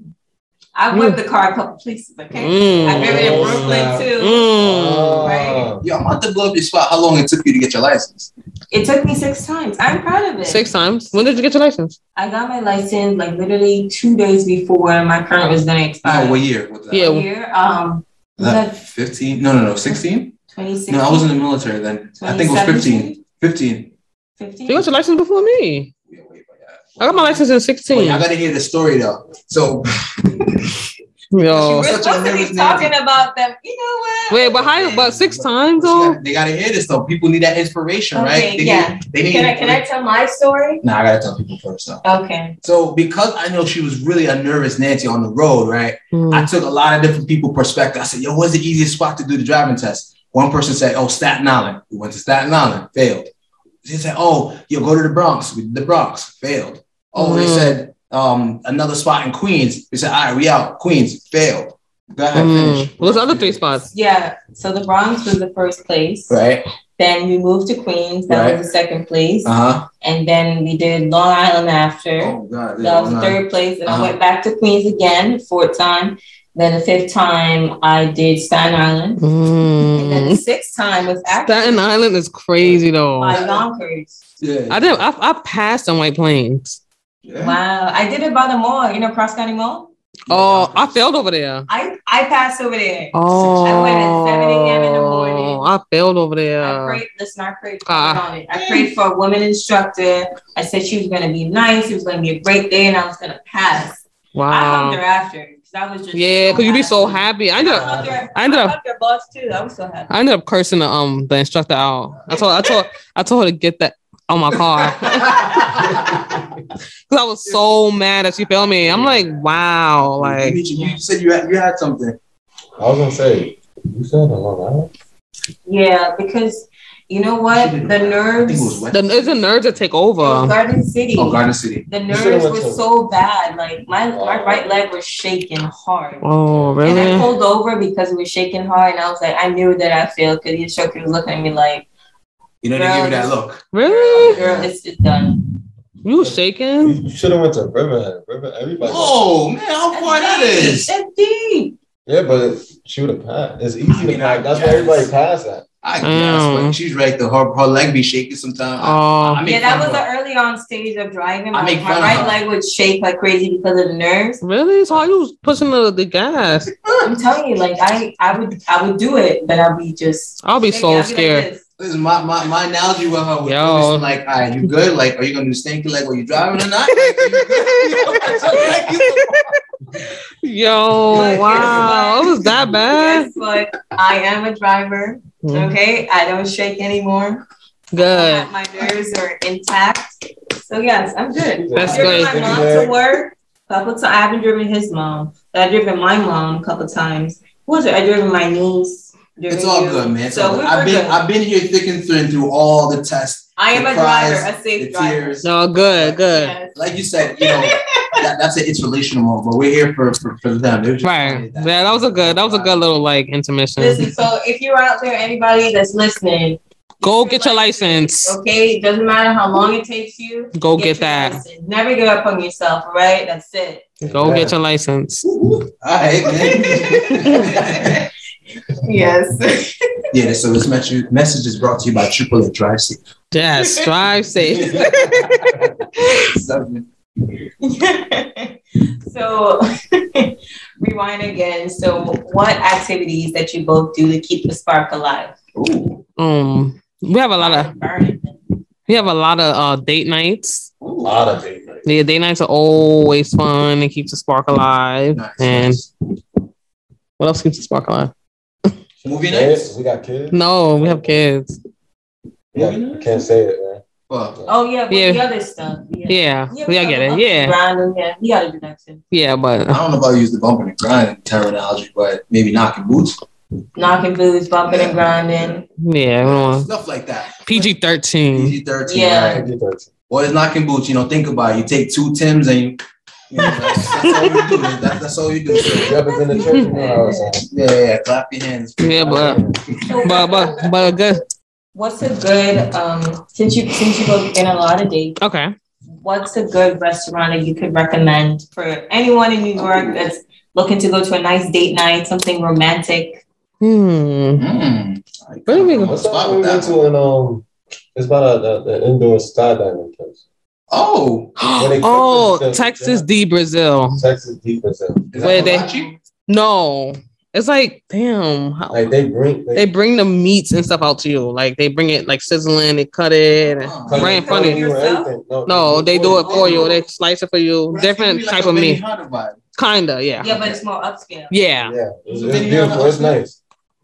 I whipped the car a couple places, okay? I've driven in Mm. Oh, Brooklyn snap. too. Mm. Oh. Right. Yo, I'm about to blow up your spot. How long it took you to get your license? It took me six times. I'm proud of it. Six times. When did you get your license? I got my license like literally two days before my current was gonna expire. No, what year? Was that? Yeah. Year, um, was Was that that 15? No, no, no. 16? 2016? No, I was in the military then. I think it was 15. 15. 15? You got your license before me. Yeah, wait, wait, yeah. I got my license in Wait, Oh, I 16. gotta hear the story though. So Yo. We're Such a supposed to nervous be talking about them. You know what? Wait, but how? But six times though. they gotta hear this though. People need that inspiration, Okay, right? They yeah. Need, they need. Can I, can I tell my story? Nah, I gotta tell people first though. Okay. So because I know she was really a nervous Nancy on the road, right? Mm. I took a lot of different people perspective. I said, yo, what's the easiest spot to do the driving test? One person said, oh, Staten Island. We went to Staten Island, failed. They said, oh, yo, go to the Bronx. We did the Bronx, failed. Oh, they Mm. said um, another spot in Queens. They said, all right, we out. Queens, failed. Go ahead, Mm. finish. What's the other three spots? Yeah. So the Bronx was the first place. Right. Then we moved to Queens. That Right. was the second place. Uh huh. And then we did Long Island after. Oh, God. yeah, That was no. the third place. And Uh-huh. I went back to Queens again, fourth time. Then the fifth time, I did Staten Island. And then the Mm. sixth time was actually Staten Island is crazy though. by Yonkers. Yeah. I did. I, I passed on White Plains. Yeah. Wow. I did it by the mall, you know, Cross County Mall. Oh, I failed over there. I, I passed over there. Oh, I went at 7 a.m. in the morning. I failed over I there. prayed, listen, I prayed Ah. on it. I prayed for a woman instructor. I said she was going to be nice. It was going to be a great day and I was going to pass. I hung Wow. there after because I was just. Ah. Yeah, because you'd be so happy. I ended I up, hugged her. I ended I up- hugged her boss too. I was so happy. I ended up cursing the um the instructor out. I told I told I told her to get that on my car because I was so mad that she failed me. I'm like, wow, like you, you said you had, you had something. I was gonna say, you said a lot. Yeah, because you know what? She didn't- The I think it was nerves. West. the it's the nerves that take over. Garden City. Oh, Garden City. The should've nerves went were to- so bad. Like my, my Oh. right leg was shaking hard. Oh, And I really? pulled over because it was shaking hard, and I was like, I knew that I failed because the instructor was looking at me like, You know, they give you that look. Really? "Girl, it's, it's done." You was shaking? You should have went to Riverhead. River, everybody. Whoa, Oh, man, how far that deep. is. That's deep. Yeah, but she would have passed. It's easy I mean, to pass. I That's guess. why everybody passed that. I guess, but Mm. she's right. The her, her leg be shaking sometimes. Oh, I make Yeah, that fun was of her. the early on stage of driving. I Like, make my fun of her. right leg would shake like crazy because of the nerves. really? So you was pushing the, the gas? I'm telling you, like I, I would, I would do it, but I'd be just. I'll be shaking. so I'd like scared. this. This is my, my, my analogy with her. Was Yo. always like, all right, you good? Like, are you gonna do stinky leg while you driving or not? Like, are you good? Yo, Look, wow. guess It was that bad. Mm-hmm. Guess what? I am a driver. Okay, I don't shake anymore. Good. My nerves are intact. So yes, I'm good. That's I've driven good. my mom to work a couple times. I haven't driven his mom. I've driven my mom a couple times. What was it? I driven my niece. driven It's all you. good, man. It's So all good. we're I've been good. I've been here thick and thin through all the tests, I am a surprised, driver, the a safe driver. tears. No, good, good. Yes. Like you said, you know, that, that's an it's relational, but we're here for for, for them. It was just funny Right. Yeah, that was a good that was a good little like intermission. Listen, so if you're out there, anybody that's listening, Go get your license. Okay, it doesn't matter how long it takes you. Go get your that. license. Never give up on yourself, all right? That's it. Go get your license. All right, man. Yes. yeah, so this message, message is brought to you by Triple A Drive Safe. Yes, drive safe. so, rewind again. So, what activities that you both do to keep the spark alive? Ooh, Um we have a lot of burning. we have a lot of uh date nights. a lot of it. Like, Yeah, day nights are always fun and keeps the spark alive. nice. And what else keeps the spark alive? movie kids, nights. we got kids. No, we have kids. Yeah, can't say it, man. Well, Oh yeah, but Yeah. the other stuff. Yeah, Yeah, we all gotta get it. up and Yeah, grind, yeah, you gotta do that too. yeah, I but don't know if I use the bumping and grinding terminology, but maybe knocking boots, Knocking boots, bumping and grinding. yeah, we don't wanna- stuff like that. PG thirteen. PG thirteen, Yeah. right? I get that. Or it's knocking boots. You know, think about it. You take two Tims and you, you know, that's, that's all you do. That's, that's all you do. You ever been to church? You know how it sounds. Yeah, yeah, yeah. Clap your hands. Yeah, but but but but good. What's a good um since you since you go in a lot of dates? Okay, What's a good restaurant that you could recommend for anyone in New York that's looking to go to a nice date night, something romantic? hmm. Mm. Where do we go? What's Spot that we with went that one. to in um? It's about a, a, an indoor skydiving place. Oh, Oh, Texas D Brazil. Texas deep as hell. is that Where they- hibachi? No, it's like damn. How, Like they bring they bring the meats and stuff out to you. Like they bring it like sizzling, they cut it. and- Oh. Brand bring it funny. you and everything. No, they do it for you. Oh. They slice it for you. Right, it's gonna Different be like type a of mini meat. Hunter vibe. Kinda, yeah. Yeah, but it's more upscale. Yeah. Yeah, it's, Then it's you beautiful. have- It's nice.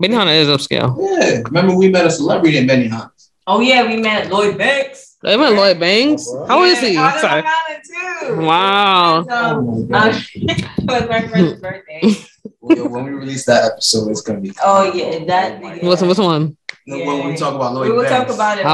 Benihana is upscale. Yeah, remember we met a celebrity in Benny Hunt. Oh yeah, we met Lloyd Banks. Even Lloyd Banks. How is he? Yeah, Oh, I Sorry. don't know too. Wow. Um, Oh my God. um, it was my friend's birthday. Yo, when we release that episode, it's gonna be. Oh yeah, that. Oh, my yeah. What's what's one? When we talk about Lloyd We will Banks. talk about it.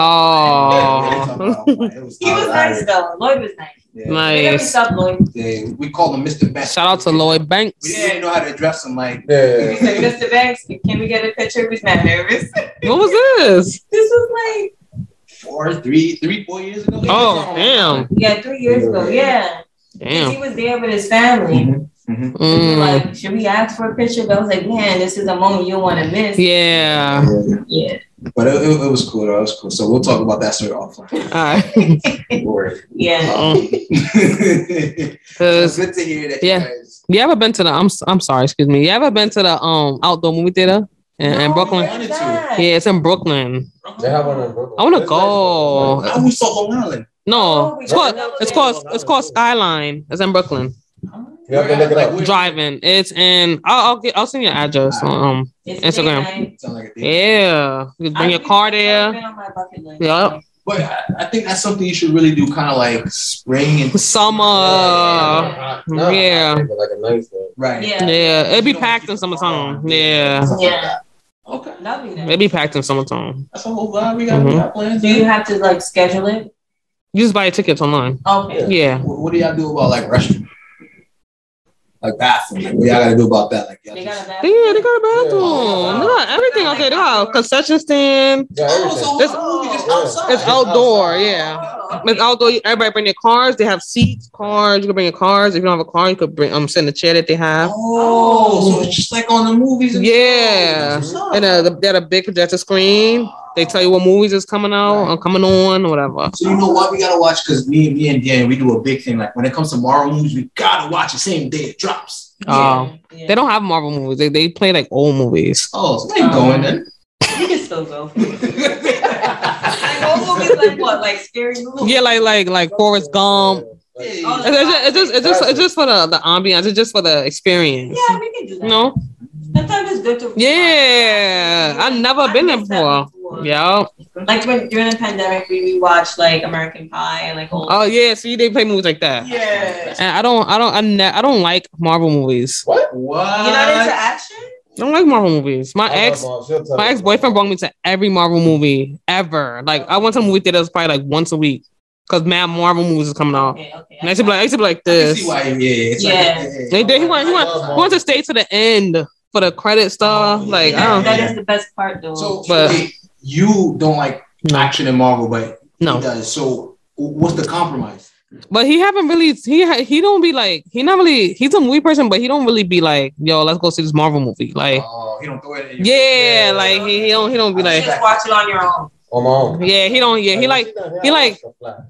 Yeah, Oh, we will talk about it. It He was nice though. Lloyd was nice. Yeah. They never nice. stopped Lloyd. They- we called him Mr. Banks. Shout out to Lloyd We Banks. didn't even know how to address him. Like, He Yeah. said, Mr. Banks, can we get a picture? He's not nervous. What was this? This was like four, three, three, four years ago. Oh, damn, yeah, three years ago. Yeah. damn. He was there with his family. Mhm, mhm. We were Mm. Like, should we ask for a picture? But I was like, man, this is a moment you want to miss. Yeah. Yeah. But it, it, it was cool. Though. It was cool. So we'll talk about that story offline. All right. Don't worry. Yeah. Oh. Um, it's Cause good to hear that. yeah. You guys, you ever been to the? I'm s- I'm sorry. Excuse me. You ever been to the um outdoor movie theater in, in No, Brooklyn? where's that? Yeah, it's in Brooklyn. They have one in Brooklyn. I wanna It's nice. go. I always thought Long Island. No, Oh, it's called it's called it's called Skyline. It's in Brooklyn. You have to look it up. Where- Driving. It's in. I'll I'll, get, I'll send you an address. Um. It's Instagram. daytime. Sound like a thing. Yeah. You can bring your I've car been- there. I've been on my bucket list. Yup. But I, I think that's something you should really do, kind of like spring and Summer. No, Uh, yeah. but like a nice one. right? Yeah. Yeah, it'd be packed in summertime. Yeah, Stuff like Yeah. that. Okay, Loving it. it'd be packed in summertime. that's a whole vibe. We got, we Mhm. got plans. Do you Then. have to like schedule it? Oh, You just buy tickets online. Okay. Yeah, What, what do y'all do about like restroom, like bathroom? Like, what y'all gotta do about that? Like, y'all They just- got a they, yeah, they got a bathroom. Yeah. They got everything out there. They got a concession stand. Yeah, oh, so everything. It's- oh, we just Yeah. outside. It's outdoor. Yeah, Oh. it's outdoor. Everybody bring their cars. They have seats, cars. You can bring your cars. If you don't have a car, you could bring um sit in the chair that they have. Oh, so it's just like on the movies. And Yeah, and uh, they had a big projector screen. They tell you what movies is coming out or coming on or whatever. So you know what we gotta watch because me, me and Dan, we do a big thing. Like when it comes to Marvel movies, we gotta watch the same day it drops. Oh. yeah. They don't have Marvel movies. They they play like old movies. Oh, so they ain't Um, going then. You can still go. I know movies like what, like scary movies. Yeah, like like like Forrest Gump. Oh, It's just, it's just, it's just, it's just for the, the ambiance. It's just for the experience. Yeah, we can do that. No. Sometimes it's good to. Yeah, I've never been there missed that before. Yeah. Like when during the pandemic, we rewatched like American Pie and like old. Oh yeah. So you didn't play movies like that. yeah. And I don't, I don't, I, ne- I don't like Marvel movies. What? You're not into action? I don't like Marvel movies. My I love ex, Marvel. She'll tell my you. ex boyfriend brought me to every Marvel movie ever. Like I went to movie theaters probably like once a week because mad Marvel movies is coming out. Okay, okay. And I used to Oh. be like, I used to be like I can see this. why, yeah, it's like- Yeah. They, they, he went, he went, I he love Marvel. went to stay to the end for the credit stuff. Oh, Like That- I don't, that is the best part though. So, But- wait, you don't like no, action in Marvel, but he no. does. So, w- what's the compromise? But he haven't really he ha- he don't be like he not really he's a movie person, but he don't really be like yo let's go see this Marvel movie like Oh, he don't throw it. In your yeah, like he, he don't he don't be you like just watch it on your own. on my own. yeah he don't yeah he like he like-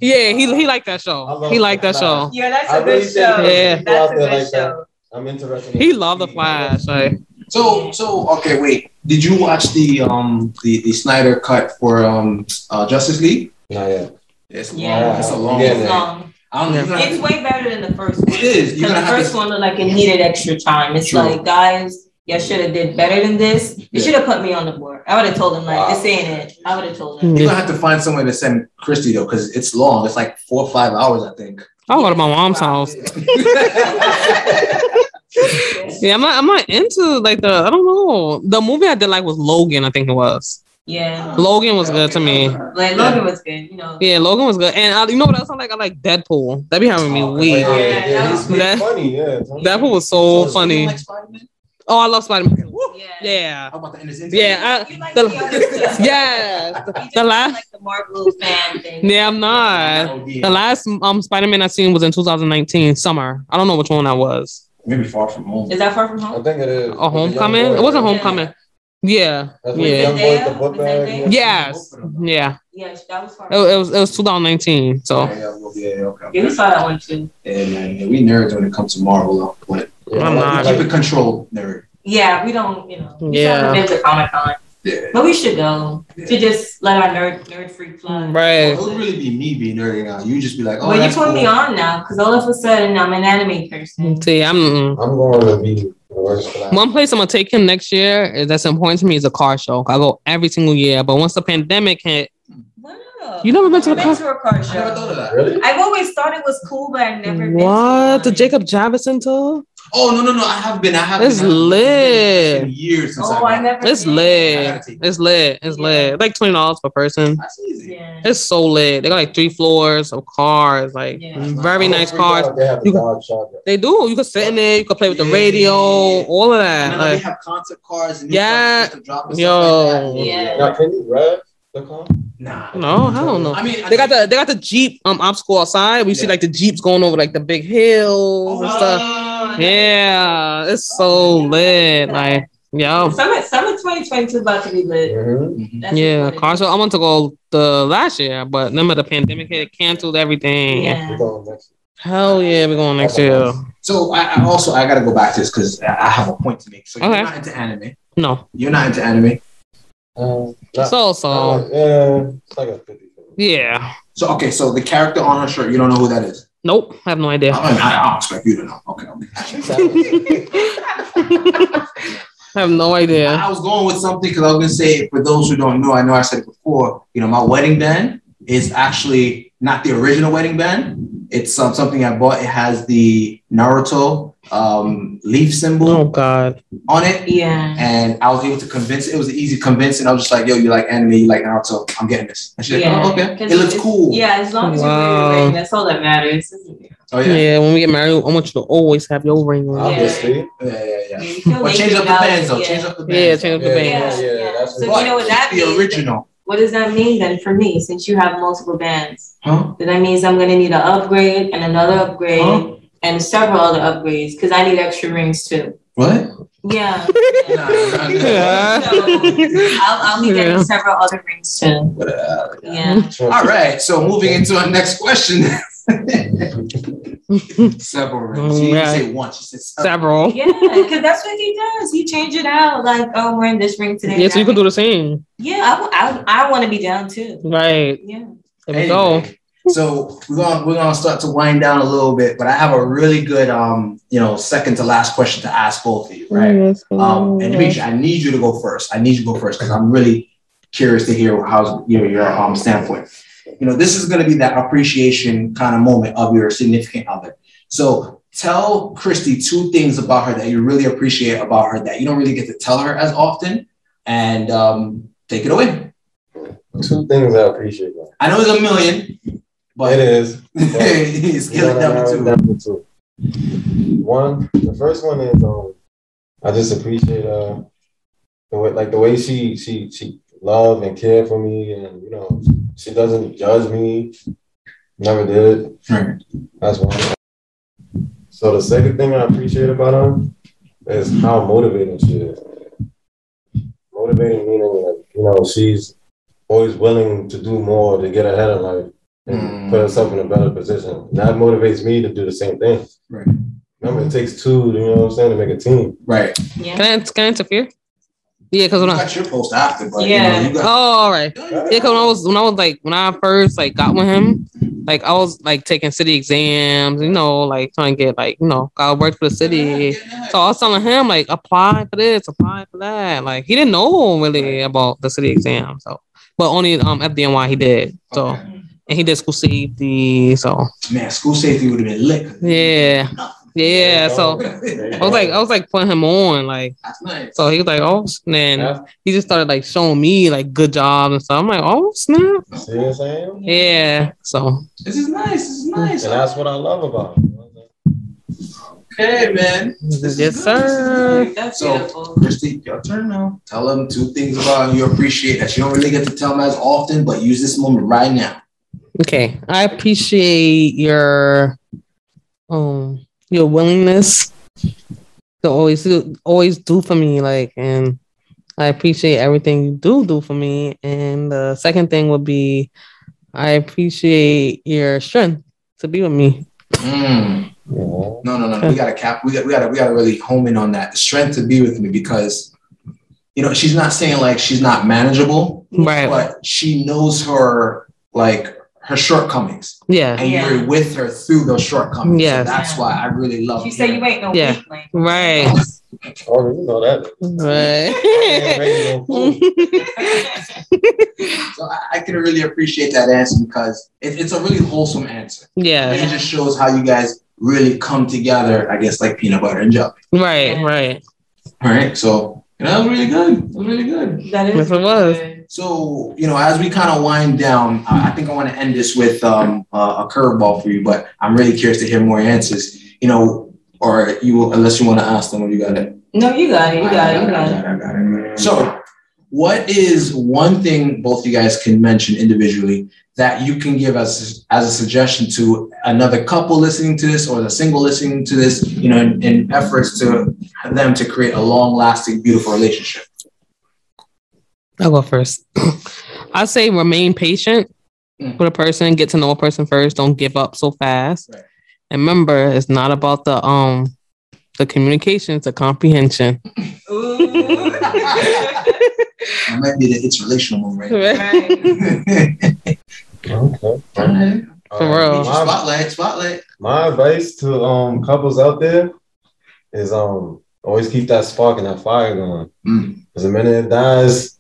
yeah he he like that show he like that show Yeah, that's I a really good think show. Yeah. That's a people out there good like show. I'm interested. in- he loved the Flash like So, so okay, wait. Did you watch the um the, the Snyder cut for um uh, Justice League? Not yet. It's Yeah. long. It's a long. Yeah, It's man. long. I don't know. It's way better than the first one. It is. You're gonna Because the have first to- one looked like it needed extra time. It's True. like, guys, you should have did better than this. You Yeah. should have put me on the board. I would have told him like Wow. this ain't it. I would have told him. You're yeah. gonna have to find somewhere to send Christy though, because it's long. It's like four or five hours, I think. I go to my mom's house yeah I'm not I'm not into like the I don't know the movie I did like was Logan I think it was Yeah. Logan was good to me Like Logan was good, you know. yeah Logan was good and I, you know what else I like I like Deadpool that be having me weak Yeah, yeah, that he's was pretty that- funny. Yeah, Deadpool was so funny Like Spider-Man? oh I love Spider Man Yeah. yeah How about the end of this interview? yeah You like The- the other stuff. I, yes You just the last like the Marvel fan thing. yeah I'm not. Oh, The yeah. last um Spider Man I seen was in 2019 summer. I don't know which one that was. Maybe far from home. Is that far from I home? think it is. With A the young homecoming? boy, It wasn't right? homecoming. Yeah. That's Yeah. yeah. Young boy with the Zendaya? book Zendaya? bag. Yes. Yeah. Yes, that was far. Oh, It, it was it was 2019. So Yeah, yeah, yeah, okay. Yeah, we saw that one too. Yeah, man, yeah, we nerds when it comes to Marvel, though, but Yeah, I'm I not. like- keep it controlled, nerd. Yeah, we don't, you know. We Yeah. haven't been to Comic Con, Yeah. but we should go Yeah. to just let our nerd nerd freak fly. right. It would Oh, really be me being nerdy now. You just be like, oh, well, you that's put me cool. on now because all of a sudden I'm an anime person. See, I'm mm. I'm going to be the worst for that. one place I'm gonna take him next year is that's important to me is a car show. I go every single year, but once the pandemic hit, Wow. You never been to a I've car- to a car I never thought show. of that. Really? I've always thought it was cool, but I've never been. to what the one. Jacob Jarvis Center? Oh no no no! I have been. I have. It's been, I have lit. Been, it's been years since Oh, I. I never. It's been. lit. It's lit. It's lit. Like twenty dollars per person. That's easy. Yeah. It's so lit. They got like three floors of cars, like Yeah. very I'm nice freaked out cars. if They have a You- dog shotgun. They do. You can sit in it. You can play with the Yeah. radio, all of that. And now they like, have concept cars and Yeah. new cars to drop and Yo. stuff like that. Yeah. Now, can you rev the car? Nah. no, hell no. I mean, I They got think- the they got the jeep um obstacle outside. We see Yeah. like the jeeps going over like the big hills and stuff. Oh, Yeah, it's so lit. Like, yeah, Summer, summer 2022 about to be lit. Mm-hmm. mhm. That's yeah. what it Car is. show. I want to go the last year, but remember the pandemic hit, it canceled everything. We're Yeah. going next. Hell yeah, we're going next year. So I, I also I gotta go back to this because I I have a point to make. So you're Okay. not into anime. No, You're not into anime. Um, not- so not so like- yeah, it's like a 50. yeah. So okay, so the character on her shirt, you don't know who that is. Nope, I have no idea. I, mean, I, I don't expect you to know. Okay. okay. I have no idea. I was going with something because I was gonna say for those who don't know, I know I said it before. You know, my wedding band is actually not the original wedding band. It's um, something I bought. It has the Naruto um, leaf symbol Oh God. on it, Yeah. and I was able to convince. It was an easy convincing. I was just like, "Yo, you like anime? You like Naruto? I'm getting this." And she's like, Yeah. "Oh, okay. 'Cause It looks it's- cool." Yeah, as long as you wear Wow. your ring, that's all that matters. Oh Yeah. yeah. Yeah. when we get married, I want you to always have your ring on. Yeah. Obviously. Yeah. Yeah. Yeah, yeah. you feel But change naked up the about bands it, though. yeah. Change up the Yeah, bands. change up the Yeah, band. yeah, yeah, that's So what- you know what that the means? original, What does that mean then for me? Since you have multiple bands, huh? then that means I'm gonna need an upgrade and another upgrade Huh? and several other upgrades because I need extra rings too. What? Yeah. Nah, yeah. nah, nah. Yeah. I'll, I'll be getting Yeah. several other rings too. What, uh, Yeah. All right, so moving into our next question. several rings. She didn't say one. She said several. Several. Yeah, because that's what he does. He change it out like, oh, I'm wearing this ring today. Yeah, so you can do the same. Yeah, I, want to be down too. Right. Yeah. There we go. Anyway, So we're gonna we're gonna start to wind down a little bit, but I have a really good um you know second to last question to ask both of you, right? Um, and Demetri, I need you to go first. I need you to go first because I'm really curious to hear how's you know, your um standpoint. You know, this is gonna be that appreciation kind of moment of your significant other. So tell Christy two things about her that you really appreciate about her that you don't really get to tell her as often, and um, take it away. Two things I appreciate. Man. I know it's a million, but It is. but- he's You killing them gotta narrow it too. down to two. One, the first one is um, I just appreciate uh, the way like the way she she she love and care for me, and you know she doesn't judge me, never did. Right. That's one. So the second thing I appreciate about her is how motivating she is. Motivating meaning like you know she's always willing to do more to get ahead in life and Mm. put herself in a better position. That motivates me to do the same thing. Right. Remember, it takes two. You know what I'm saying to make a team. Right. Yeah. Can I, can I interfere? Yeah, because You when I got your post after, but Yeah. you know, you oh got all right. Yeah, 'cause when I was when I was like when I first like got with him, like I was like taking city exams, you know, like trying to get like you know, I worked for the city. So I was telling him like apply for this, apply for that. Like he didn't know really about the city exam. So but only um FDNY he did. So Okay. and he did school safety. So man, school safety would have been lit. yeah. Yeah. So I Oh, was like I was like putting him on like That's nice. so he was like oh snap. He just started like showing me like good jobs and stuff. I'm like oh snap. See what I'm saying? Yeah. So This is nice. This is And nice. that's what I love about. It. Okay, man. This is yes good. sir. That's So- beautiful. Christy, your turn now. Tell them two things about you appreciate that you don't really get to tell them as often, but use this moment right now. Okay, I appreciate your um your willingness to always do, always do for me, like, and I appreciate everything you do do for me. And the second thing would be, I appreciate your strength to be with me. Mm. Yeah. No, no, no. no. We got to cap. We got. We got to. We got to really home in on that the strength to be with me because, you know, she's not saying like she's not manageable, Right. but she knows her like her shortcomings, Yeah. and Yeah. you're with her through those shortcomings. So Yes. that's why I really love. She said you ain't no Yeah. weak link. Right. Oh, you know that. Right. So I, I can really appreciate that answer because it, it's a really wholesome answer. And yeah. It just shows how you guys really come together. I guess like peanut butter and jelly. Right. Right. All right. So you know, that was really good. That was really good. That is Yes, it was. good. So, you know, as we kind of wind down, I I think I want to end this with um, uh, a curveball for you, but I'm really curious to hear more answers, you know, or you will, unless you want to ask them what you got it. No, you got it. You got it. You I got it. I got it. So, what is one thing both you guys can mention individually that you can give as, as a suggestion to another couple listening to this or the single listening to this, you know, in, in efforts to them to create a long lasting, beautiful relationship? I'll go first. I say remain patient Mm. with a person, get to know a person first. Don't give up so fast. Right. And remember, it's not about the um the communication, it's a comprehension. Ooh. That might be the it's relational moment right Right. right. now. Okay. For real. Alright, my- Spotlight, spotlight. my advice to um couples out there is um always keep that spark and that fire going. Mm. Because the minute it dies,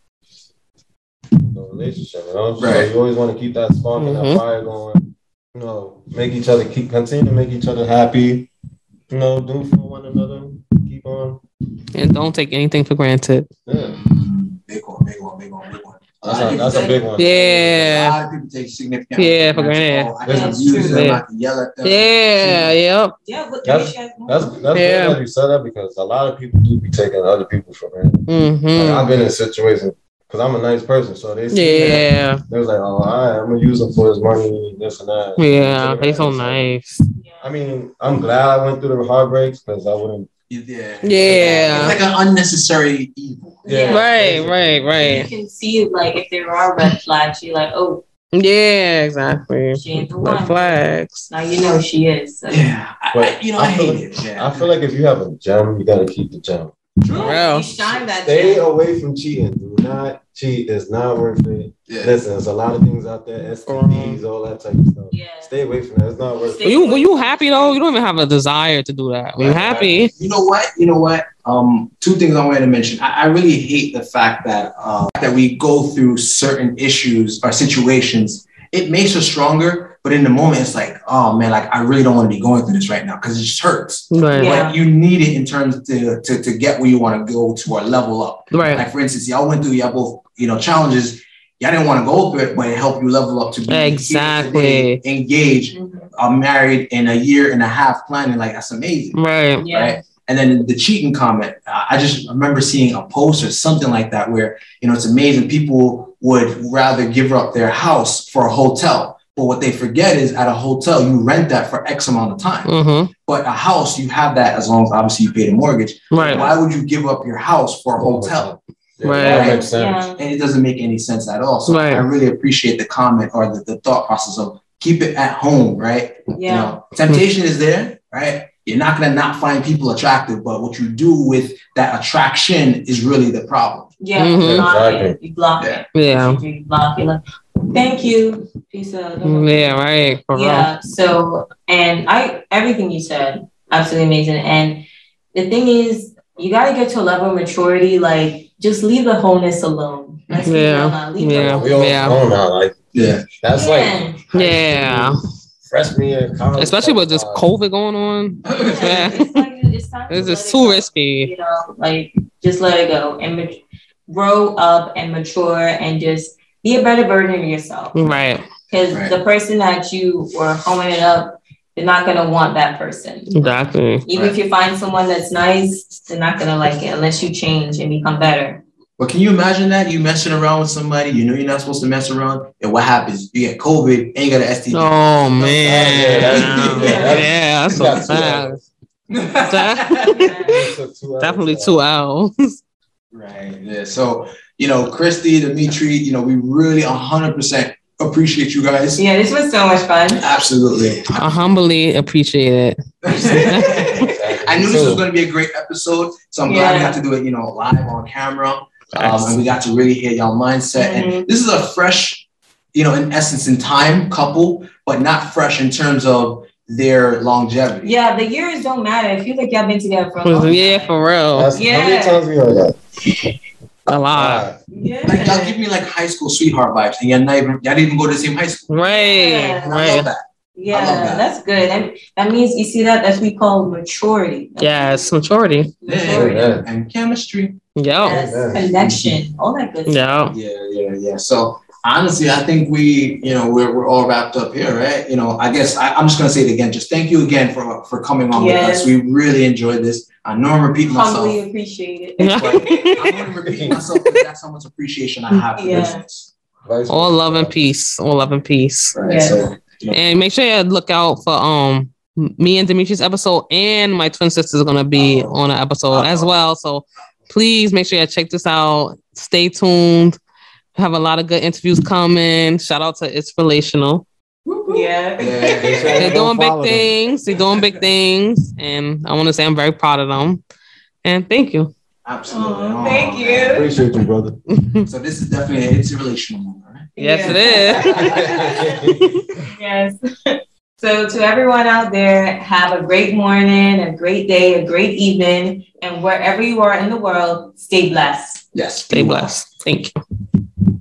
no relationship, you know. Right. So you always want to keep that spark and Mhm. that fire going. You know, make each other keep continue to make each other happy. You know, do for one another. Keep on. And don't take anything for granted. Yeah, Big one, big one, big one, big one. A lot, that's a, of people that's a take, big one. a Yeah. lot of people take significant. Yeah, for granted. Oh, I can That's abuse true. them, Yeah. I can yell at them. Yeah, yep. Yeah, look, That's- she has more. That's that's Yeah. good that you said that because a lot of people do be taking other people for granted. Like, Mm-hmm. I've been in situations because I'm a nice person, so they see that. Yeah. They was like, oh, all right, I'm gonna use him for his money, this and that. Yeah. They He's so nice. I mean, I'm glad I went through the heartbreaks because I wouldn't. Yeah. It's Yeah. like an unnecessary evil. Yeah. Right, right, You right. can see like if there are red flags, you're like, oh, Yeah, exactly. She ain't the Red one. flags. now you know she is. So. Yeah. I, I, you know, I, I feel- hate it. Yeah. I feel like if you have a gem, you gotta keep the gem. For real. You shine that Stay gem. away from cheating. Do not She is not worth it. Yeah. Listen, there's a lot of things out there, STDs, all that type of stuff. Yeah. Stay away from that. It's not worth Stay it. When you when you happy though, you don't even have a desire to do that. When you're happy, You know what? You know what? Um, two things I wanted to mention. I, I really hate the fact that uh, that we go through certain issues or situations. It makes us stronger, but in the moment, it's like, oh man, like I really don't want to be going through this right now because it just hurts. right, Yeah. But you need it in terms to to, to get where you want to go to or level up. right, Like for instance, y'all went through y'all both you know challenges. Y'all didn't want to go through it, but it helped you level up to be here Exactly. today, engaged, Mhm. uh, married in a year and a half planning. Like that's amazing right. Yeah. right? And then the cheating comment, uh, I I just remember seeing a post or something like that where, you know, it's amazing. People would rather give up their house for a hotel. But what they forget is at a hotel, you rent that for X amount of time. Mm-hmm. But a house, you have that as long as obviously you pay the mortgage. Right. Why would you give up your house for a hotel? Yeah, Right. That makes sense. Yeah. And it doesn't make any sense at all. So Right. I really appreciate the comment or the, the thought process of keep it at home, right? You Yeah. know, temptation is there, right? You're not gonna not find people attractive, but what you do with that attraction is really the problem. Yeah. Mhm. You block it. You block Yeah. it. Yeah. You block it. Like, Thank you. Peace out. Mm, Yeah. Right. For real. yeah so and i everything you said absolutely amazing and the thing is you got to get to a level of maturity like just leave the wholeness alone Let's be Yeah, real now. Leave the yeah. wholeness We all Yeah. grown now. Like Yeah, that's like alone. Yeah. freshman year in college. Especially with this Uh, COVID going on, Yeah. It's like, it's time to it's let just it too go, risky. you know like just let it go and mat- grow up and mature and just be a better version of yourself Right. because Right. the person that you were homing it up they're not going to want that person Exactly. Even if you find someone that's nice, they're not gonna like it unless you change and become better. but can you imagine that you messing around with somebody you know you're not supposed to mess around, and what happens? You get COVID and you got an STD. Oh man. that's- yeah, Yeah. That's that's- you got so two bad. hours. Yeah. It took two hours. Definitely two hours. Right. Yeah. So you know, Christy, Dimitri, you know, we really 100% appreciate you guys. Yeah, this was so much fun. Absolutely. I humbly appreciate it. I knew Me this was too. going to be a great episode, so I'm glad we Yeah. got to do it, you know, live on camera. Um, Facts. and we got to really hear y'all mindset. And this is a fresh, you know, in essence, in time couple, but not fresh in terms of their longevity. Yeah, the years don't matter. If you like y'all been together for a long Yeah, time. for real. That's- How Yeah. many times we heard that? A lot. Like y'all give Yeah. me like high school sweetheart vibes, and y'all not even y'all didn't even go to the same high school. Right. And Yeah. I love Right. that. I love Yeah, that. that's good. And that means you see that that's we call maturity. Yes. Maturity. Yeah. Maturity. Amen. And chemistry. Yo. Yes. Amen. Connection. All that good stuff. Yo. Yeah, yeah, yeah. So honestly, I think we, you know, we're, we're all wrapped up here, right? You know, I guess I, I'm just gonna say it again. Just thank you again for for coming on with Yes. us. We really enjoyed this. I know I'm repeating myself. Humbly appreciate it. Yeah. I'm gonna repeat myself because that's how much appreciation I have for Yeah. business. Vice All versa. love and peace. All love and peace. Right. Yes. So And make sure you look out for um me and Demetrius episode and my twin sister is gonna be on an episode as well. So please make sure you check this out. Stay tuned. Have a lot of good interviews coming. Shout out to It's Relational. Yeah. Yeah. They're doing Don't big follow them. things. They're doing big things. And I want to say I'm very proud of them. And thank you. absolutely. Aw, Oh, thank man. Appreciate you, brother. So this is definitely it's a relational moment, right? Yes, it Yes. So, to everyone out there, have a great morning, a great day, a great evening, and wherever you are in the world, stay blessed. Yes. Stay blessed. Thank you.